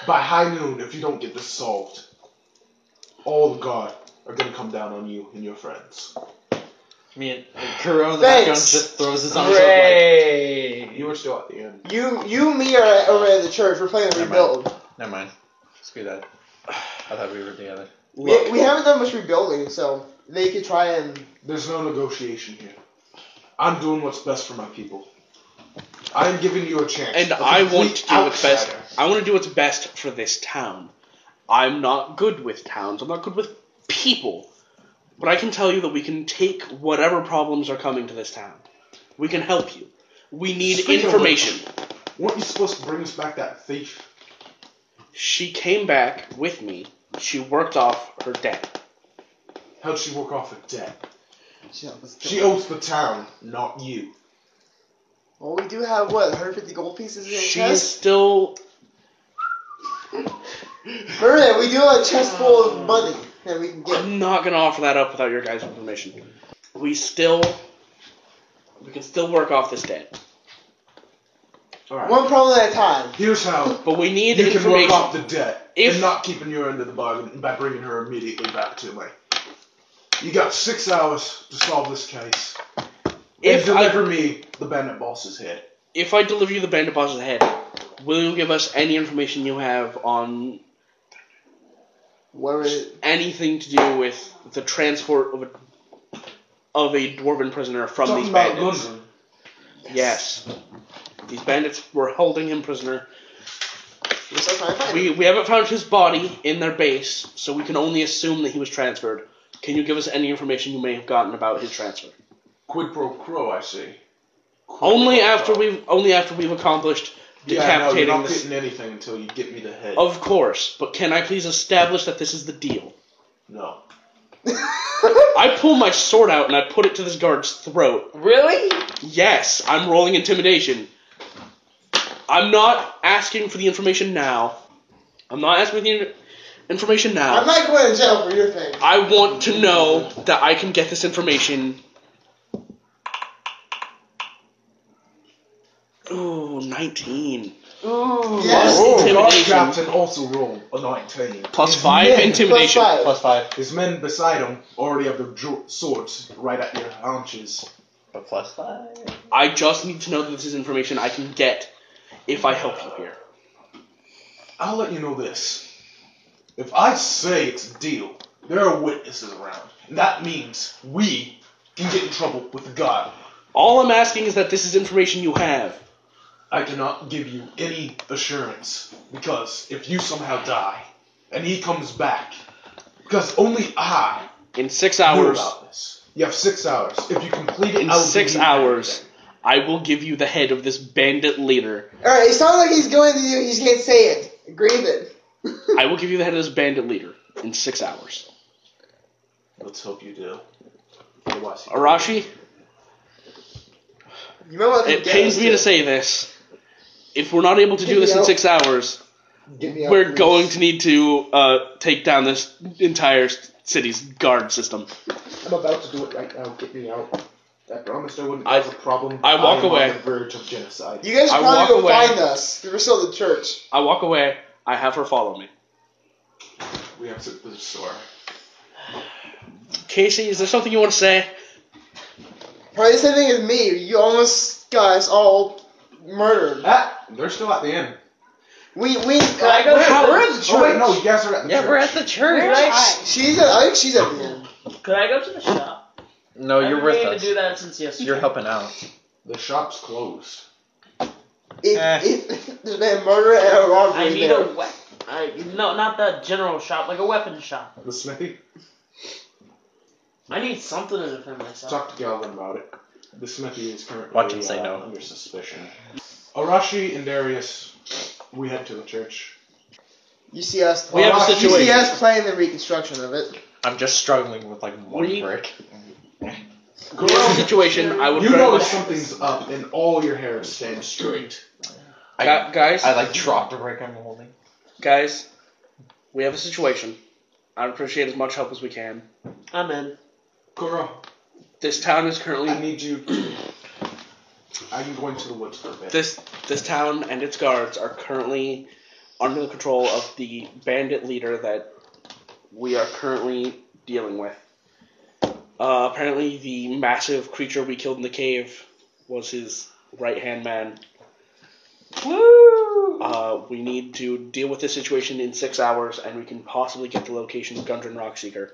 [SPEAKER 1] By high noon, if you don't get this solved, all the guard are gonna come down on you and your friends.
[SPEAKER 5] Me and Kuro in the
[SPEAKER 2] Thanks.
[SPEAKER 5] background just throws his arms
[SPEAKER 6] Great.
[SPEAKER 1] You were still at the end.
[SPEAKER 2] You, you, and me are at, are at the church. We're playing
[SPEAKER 5] Never
[SPEAKER 2] rebuild.
[SPEAKER 5] up like. Never mind. Screw that. I thought we were together.
[SPEAKER 2] We, we haven't done much rebuilding, so they could try and.
[SPEAKER 1] There's no negotiation here. I'm doing what's best for my people. I'm giving you a chance.
[SPEAKER 4] and
[SPEAKER 1] A
[SPEAKER 4] I want
[SPEAKER 1] complete
[SPEAKER 4] to do what's best.
[SPEAKER 1] outsider.
[SPEAKER 4] I want to do what's best for this town. I'm not good with towns. I'm not good with people. But I can tell you that we can take whatever problems are coming to this town. We can help you. We need
[SPEAKER 1] Speaking of
[SPEAKER 4] information.
[SPEAKER 1] Weren't you supposed to bring us back that thief?
[SPEAKER 4] She came back with me. She worked off her debt.
[SPEAKER 1] How'd she work off a debt?
[SPEAKER 2] She,
[SPEAKER 1] She owes the town, not you.
[SPEAKER 2] well, we do have what 150 gold pieces in the
[SPEAKER 4] She is
[SPEAKER 2] chest.
[SPEAKER 4] still.
[SPEAKER 2] Remember that we do have a chest full of money that we can get.
[SPEAKER 4] I'm not gonna offer that up without your guys' permission. We still. We can still work off this debt,
[SPEAKER 1] Alright.
[SPEAKER 2] One problem at a time.
[SPEAKER 1] Here's how
[SPEAKER 4] but we need
[SPEAKER 1] you can
[SPEAKER 4] information.
[SPEAKER 1] work off the debt
[SPEAKER 4] If-
[SPEAKER 1] and not keeping your end of the bargain by bringing her immediately back to me. You got six hours to solve this case.
[SPEAKER 4] If I,
[SPEAKER 1] deliver me the bandit boss's head.
[SPEAKER 4] if I deliver you the bandit boss's head, will you give us any information you have on
[SPEAKER 2] What would it?
[SPEAKER 4] anything to do with the transport of a of a dwarven prisoner from
[SPEAKER 1] Something
[SPEAKER 4] these
[SPEAKER 1] about
[SPEAKER 4] bandits.
[SPEAKER 1] Gundren.
[SPEAKER 4] Yes. These bandits were holding him prisoner.
[SPEAKER 2] We're still trying to find
[SPEAKER 4] We
[SPEAKER 2] it.
[SPEAKER 4] we haven't found his body in their base, so we can only assume that he was transferred. Can you give us any information you may have gotten about his transfer?
[SPEAKER 1] Quid pro quo, I see. Quid
[SPEAKER 4] Only
[SPEAKER 1] pro
[SPEAKER 4] after
[SPEAKER 1] quo.
[SPEAKER 4] we've only after we've accomplished
[SPEAKER 7] Yeah, no, you're
[SPEAKER 4] decapitating Oh.
[SPEAKER 7] not
[SPEAKER 4] this.
[SPEAKER 7] getting anything until you get me the head.
[SPEAKER 4] Of course, but can I please establish that this is the deal?
[SPEAKER 7] No.
[SPEAKER 4] I pull my sword out and I put it to this guard's throat.
[SPEAKER 6] Really?
[SPEAKER 4] Yes, I'm rolling intimidation. I'm not asking for the information now. I'm not asking for the in- information
[SPEAKER 2] I'm
[SPEAKER 4] now.
[SPEAKER 2] not going to jail for your thing.
[SPEAKER 4] I want to know that I can get this information. Ooh, 19.
[SPEAKER 6] Ooh.
[SPEAKER 4] Plus
[SPEAKER 2] Yes.
[SPEAKER 1] Oh, God
[SPEAKER 4] intimidation.
[SPEAKER 1] Captain also rolled a 19.
[SPEAKER 4] Plus
[SPEAKER 1] His
[SPEAKER 4] 5
[SPEAKER 1] men-
[SPEAKER 4] intimidation.
[SPEAKER 2] Plus five.
[SPEAKER 5] Plus five.
[SPEAKER 1] His men beside him already have their dro- swords right at your haunches.
[SPEAKER 5] But plus five.
[SPEAKER 4] I just need to know that this is information I can get if I help you here.
[SPEAKER 1] I'll let you know this. If I say it's a deal, there are witnesses around. And that means we can get in trouble with God.
[SPEAKER 4] All I'm asking is that this is information you have.
[SPEAKER 1] I cannot give you any assurance because if you somehow die and he comes back, because only I
[SPEAKER 4] In six
[SPEAKER 1] know
[SPEAKER 4] hours,
[SPEAKER 1] about this. You have six hours. If you complete it,
[SPEAKER 4] in
[SPEAKER 1] I will
[SPEAKER 4] six
[SPEAKER 1] give you
[SPEAKER 4] hours,
[SPEAKER 1] everything.
[SPEAKER 4] I will give you the head of this bandit leader.
[SPEAKER 2] All right, it sounds like he's going to do. He just can't say it. Agree with it.
[SPEAKER 4] I will give you the head of this bandit leader in six hours.
[SPEAKER 1] Let's hope you do.
[SPEAKER 4] Arashi,
[SPEAKER 2] you might want to
[SPEAKER 4] it pains me to say this. If we're not able to do
[SPEAKER 2] Get
[SPEAKER 4] this
[SPEAKER 2] me
[SPEAKER 4] in
[SPEAKER 2] out.
[SPEAKER 4] six hours,
[SPEAKER 2] Get me out,
[SPEAKER 4] we're
[SPEAKER 2] please.
[SPEAKER 4] going to need to uh, take down this entire s- city's guard system.
[SPEAKER 7] I'm about to do it right now. Get me out. I promised I wouldn't
[SPEAKER 4] I-
[SPEAKER 7] cause a problem.
[SPEAKER 4] I walk
[SPEAKER 7] am on
[SPEAKER 4] away.
[SPEAKER 7] the verge of genocide.
[SPEAKER 2] You guys should
[SPEAKER 4] I walk
[SPEAKER 2] probably go
[SPEAKER 4] away.
[SPEAKER 2] find us. We were still at the church.
[SPEAKER 4] I walk away. I have her follow me.
[SPEAKER 1] We exit the store.
[SPEAKER 4] Casey, is there something you want to say?
[SPEAKER 2] Probably the same thing as me. You almost got us all murdered.
[SPEAKER 1] Ah, they're still at the inn.
[SPEAKER 2] We we.
[SPEAKER 6] I go-
[SPEAKER 2] we're, we're at the
[SPEAKER 1] Oh wait,
[SPEAKER 2] church.
[SPEAKER 1] no, you guys are at the
[SPEAKER 5] Yeah,
[SPEAKER 1] church.
[SPEAKER 5] we're at the church.
[SPEAKER 6] Could I,
[SPEAKER 2] She's at, I think she's at the end.
[SPEAKER 6] could I go to the shop?
[SPEAKER 5] No,
[SPEAKER 6] I've
[SPEAKER 5] Oh, you're
[SPEAKER 6] been
[SPEAKER 5] with
[SPEAKER 6] meaning
[SPEAKER 5] us.
[SPEAKER 6] to do that since yesterday.
[SPEAKER 5] You're helping out.
[SPEAKER 1] The shop's closed.
[SPEAKER 2] If,
[SPEAKER 5] Eh.
[SPEAKER 2] if there's been a murder and a robbery
[SPEAKER 6] I need
[SPEAKER 2] there.
[SPEAKER 6] a weapon. I, no, not the general shop, like a weapon shop.
[SPEAKER 1] The smithy?
[SPEAKER 6] I need something to defend myself.
[SPEAKER 1] Talk to Galvin about it. The smithy is currently
[SPEAKER 5] Watch him say
[SPEAKER 1] uh,
[SPEAKER 5] no.
[SPEAKER 1] under suspicion. Arashi and Darius, we head to the church.
[SPEAKER 2] You see us.
[SPEAKER 4] We have a
[SPEAKER 2] You see
[SPEAKER 4] situation.
[SPEAKER 2] us playing the reconstruction of it.
[SPEAKER 5] I'm just struggling with like one
[SPEAKER 4] We-
[SPEAKER 5] brick.
[SPEAKER 4] Girl, situation. I would
[SPEAKER 1] You
[SPEAKER 4] very
[SPEAKER 1] notice
[SPEAKER 4] much.
[SPEAKER 1] something's up and all your hair stands straight.
[SPEAKER 5] I,
[SPEAKER 4] Gu- guys,
[SPEAKER 5] I like dropped a brick I'm holding.
[SPEAKER 4] guys, we have a situation. I'd appreciate as much help as we can.
[SPEAKER 6] I'm in.
[SPEAKER 1] Kuro,
[SPEAKER 4] This town is currently
[SPEAKER 1] I need you to. I'm going to the woods for a bit.
[SPEAKER 4] This this town and its guards are currently under the control of the bandit leader that we are currently dealing with. Uh, apparently, the massive creature we killed in the cave was his right hand man.
[SPEAKER 6] Woo!
[SPEAKER 4] Uh, we need to deal with this situation in six hours, and we can possibly get the location of Gundren Rockseeker.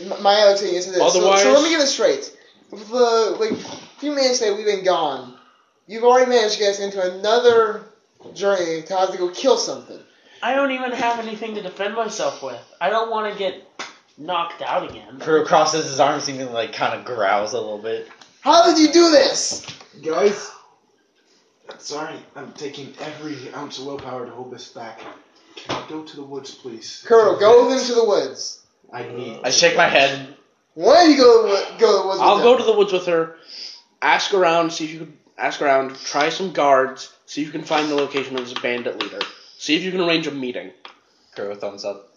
[SPEAKER 2] M- My Alex thing is this. So-
[SPEAKER 4] Otherwise-
[SPEAKER 2] so, let me get this straight. With the like few minutes that we've been gone, you've already managed to get us into another journey to have to go kill something.
[SPEAKER 6] I don't even have anything to defend myself with. I don't want to get knocked out again.
[SPEAKER 5] Kuro crosses his arms and like kind of growls a little bit.
[SPEAKER 2] How did you do this?
[SPEAKER 1] Guys, I'm sorry, I'm taking every ounce of willpower to hold this back. Can I go to the woods, please?
[SPEAKER 2] Kuro, go with him to the woods.
[SPEAKER 1] I need.
[SPEAKER 5] I shake my head.
[SPEAKER 2] Why don't you go to the, wo- go to the woods?
[SPEAKER 4] I'll
[SPEAKER 2] with
[SPEAKER 4] go
[SPEAKER 2] him?
[SPEAKER 4] to the woods with her, ask around, see if you can ask around, try some guards, see if you can find the location of this bandit leader, see if you can arrange a meeting.
[SPEAKER 5] Kuro thumbs up.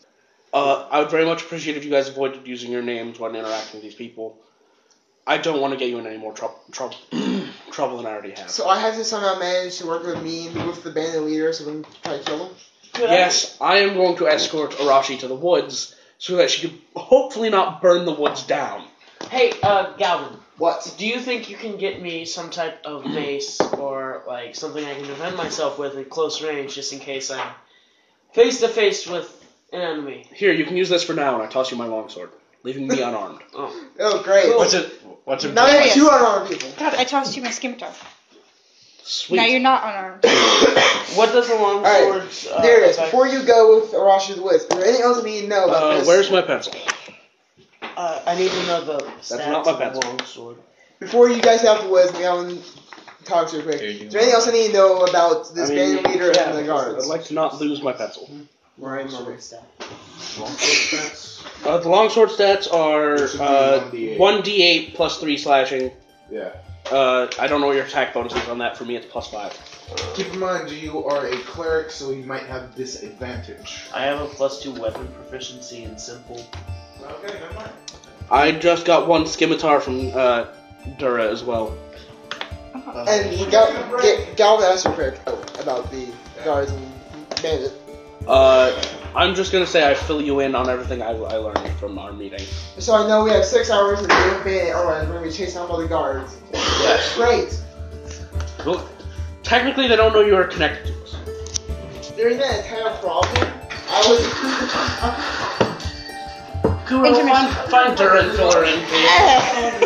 [SPEAKER 4] Uh, I would very much appreciate if you guys avoided using your names when interacting with these people. I don't want to get you in any more trouble trouble trouble than I already have.
[SPEAKER 2] So I have to somehow manage to work with me and with the bandit leader so we can try to kill him.
[SPEAKER 6] Could I-
[SPEAKER 4] Yes, I am going to escort Arashi to the woods so that she could hopefully not burn the woods down.
[SPEAKER 6] Hey, uh, Galvin.
[SPEAKER 2] What?
[SPEAKER 6] Do you think you can get me some type of mace or like something I can defend myself with at close range, just in case I'm face to face with an enemy?
[SPEAKER 4] Here, you can use this for now, and I toss you my longsword, leaving me unarmed.
[SPEAKER 2] Oh, great.
[SPEAKER 5] Watch it. Watch it.
[SPEAKER 2] Now we have
[SPEAKER 3] Brilliant.
[SPEAKER 2] two unarmed people.
[SPEAKER 3] God, I tossed you my scimitar.
[SPEAKER 4] Sweet.
[SPEAKER 3] Now you're not unarmed.
[SPEAKER 6] What does a long
[SPEAKER 2] All
[SPEAKER 6] sword? Uh,
[SPEAKER 2] there it is.
[SPEAKER 6] affect-
[SPEAKER 2] Before you go with Arashi the Woods, is there anything else we need to know about
[SPEAKER 4] uh,
[SPEAKER 2] this?
[SPEAKER 4] where's my pencil?
[SPEAKER 6] uh, I need to know the stats
[SPEAKER 4] not my
[SPEAKER 6] of the long sword.
[SPEAKER 2] Before you guys have the Woods, we haven't talked to you quick.
[SPEAKER 5] Here you
[SPEAKER 2] Is
[SPEAKER 5] go.
[SPEAKER 2] there anything else I need to know about this
[SPEAKER 4] I mean,
[SPEAKER 2] band leader
[SPEAKER 6] yeah,
[SPEAKER 2] and the
[SPEAKER 4] I'd
[SPEAKER 2] guards?
[SPEAKER 4] like to not lose my pencil.
[SPEAKER 2] Right,
[SPEAKER 6] Long sword
[SPEAKER 7] That's-
[SPEAKER 4] Uh, the longsword stats are
[SPEAKER 7] It should be
[SPEAKER 4] uh,
[SPEAKER 7] 1d8.
[SPEAKER 4] 1d8 plus 3 slashing.
[SPEAKER 7] Yeah.
[SPEAKER 4] Uh, I don't know what your attack bonus is on that. For me, it's plus 5.
[SPEAKER 7] Keep in mind, you are a cleric, so you might have disadvantage.
[SPEAKER 6] I have a plus two weapon proficiency in simple.
[SPEAKER 7] Okay, never mind.
[SPEAKER 4] I just got one scimitar from uh, Dura as well.
[SPEAKER 3] uh-huh.
[SPEAKER 2] And we got, get Galvin asked you quick about the guards and bandit.
[SPEAKER 4] Uh, I'm just gonna say I fill you in on everything I, I learned from our meeting.
[SPEAKER 2] So I know we have six hours to deal with bandit, otherwise oh, we're going to be chasing all the guards. Great.
[SPEAKER 4] Well, technically, they don't know you are connected to us.
[SPEAKER 2] During that entire problem, I was...
[SPEAKER 4] Guru,
[SPEAKER 3] Intermission.
[SPEAKER 4] find, find Dura and fill her in, please.
[SPEAKER 3] Ah.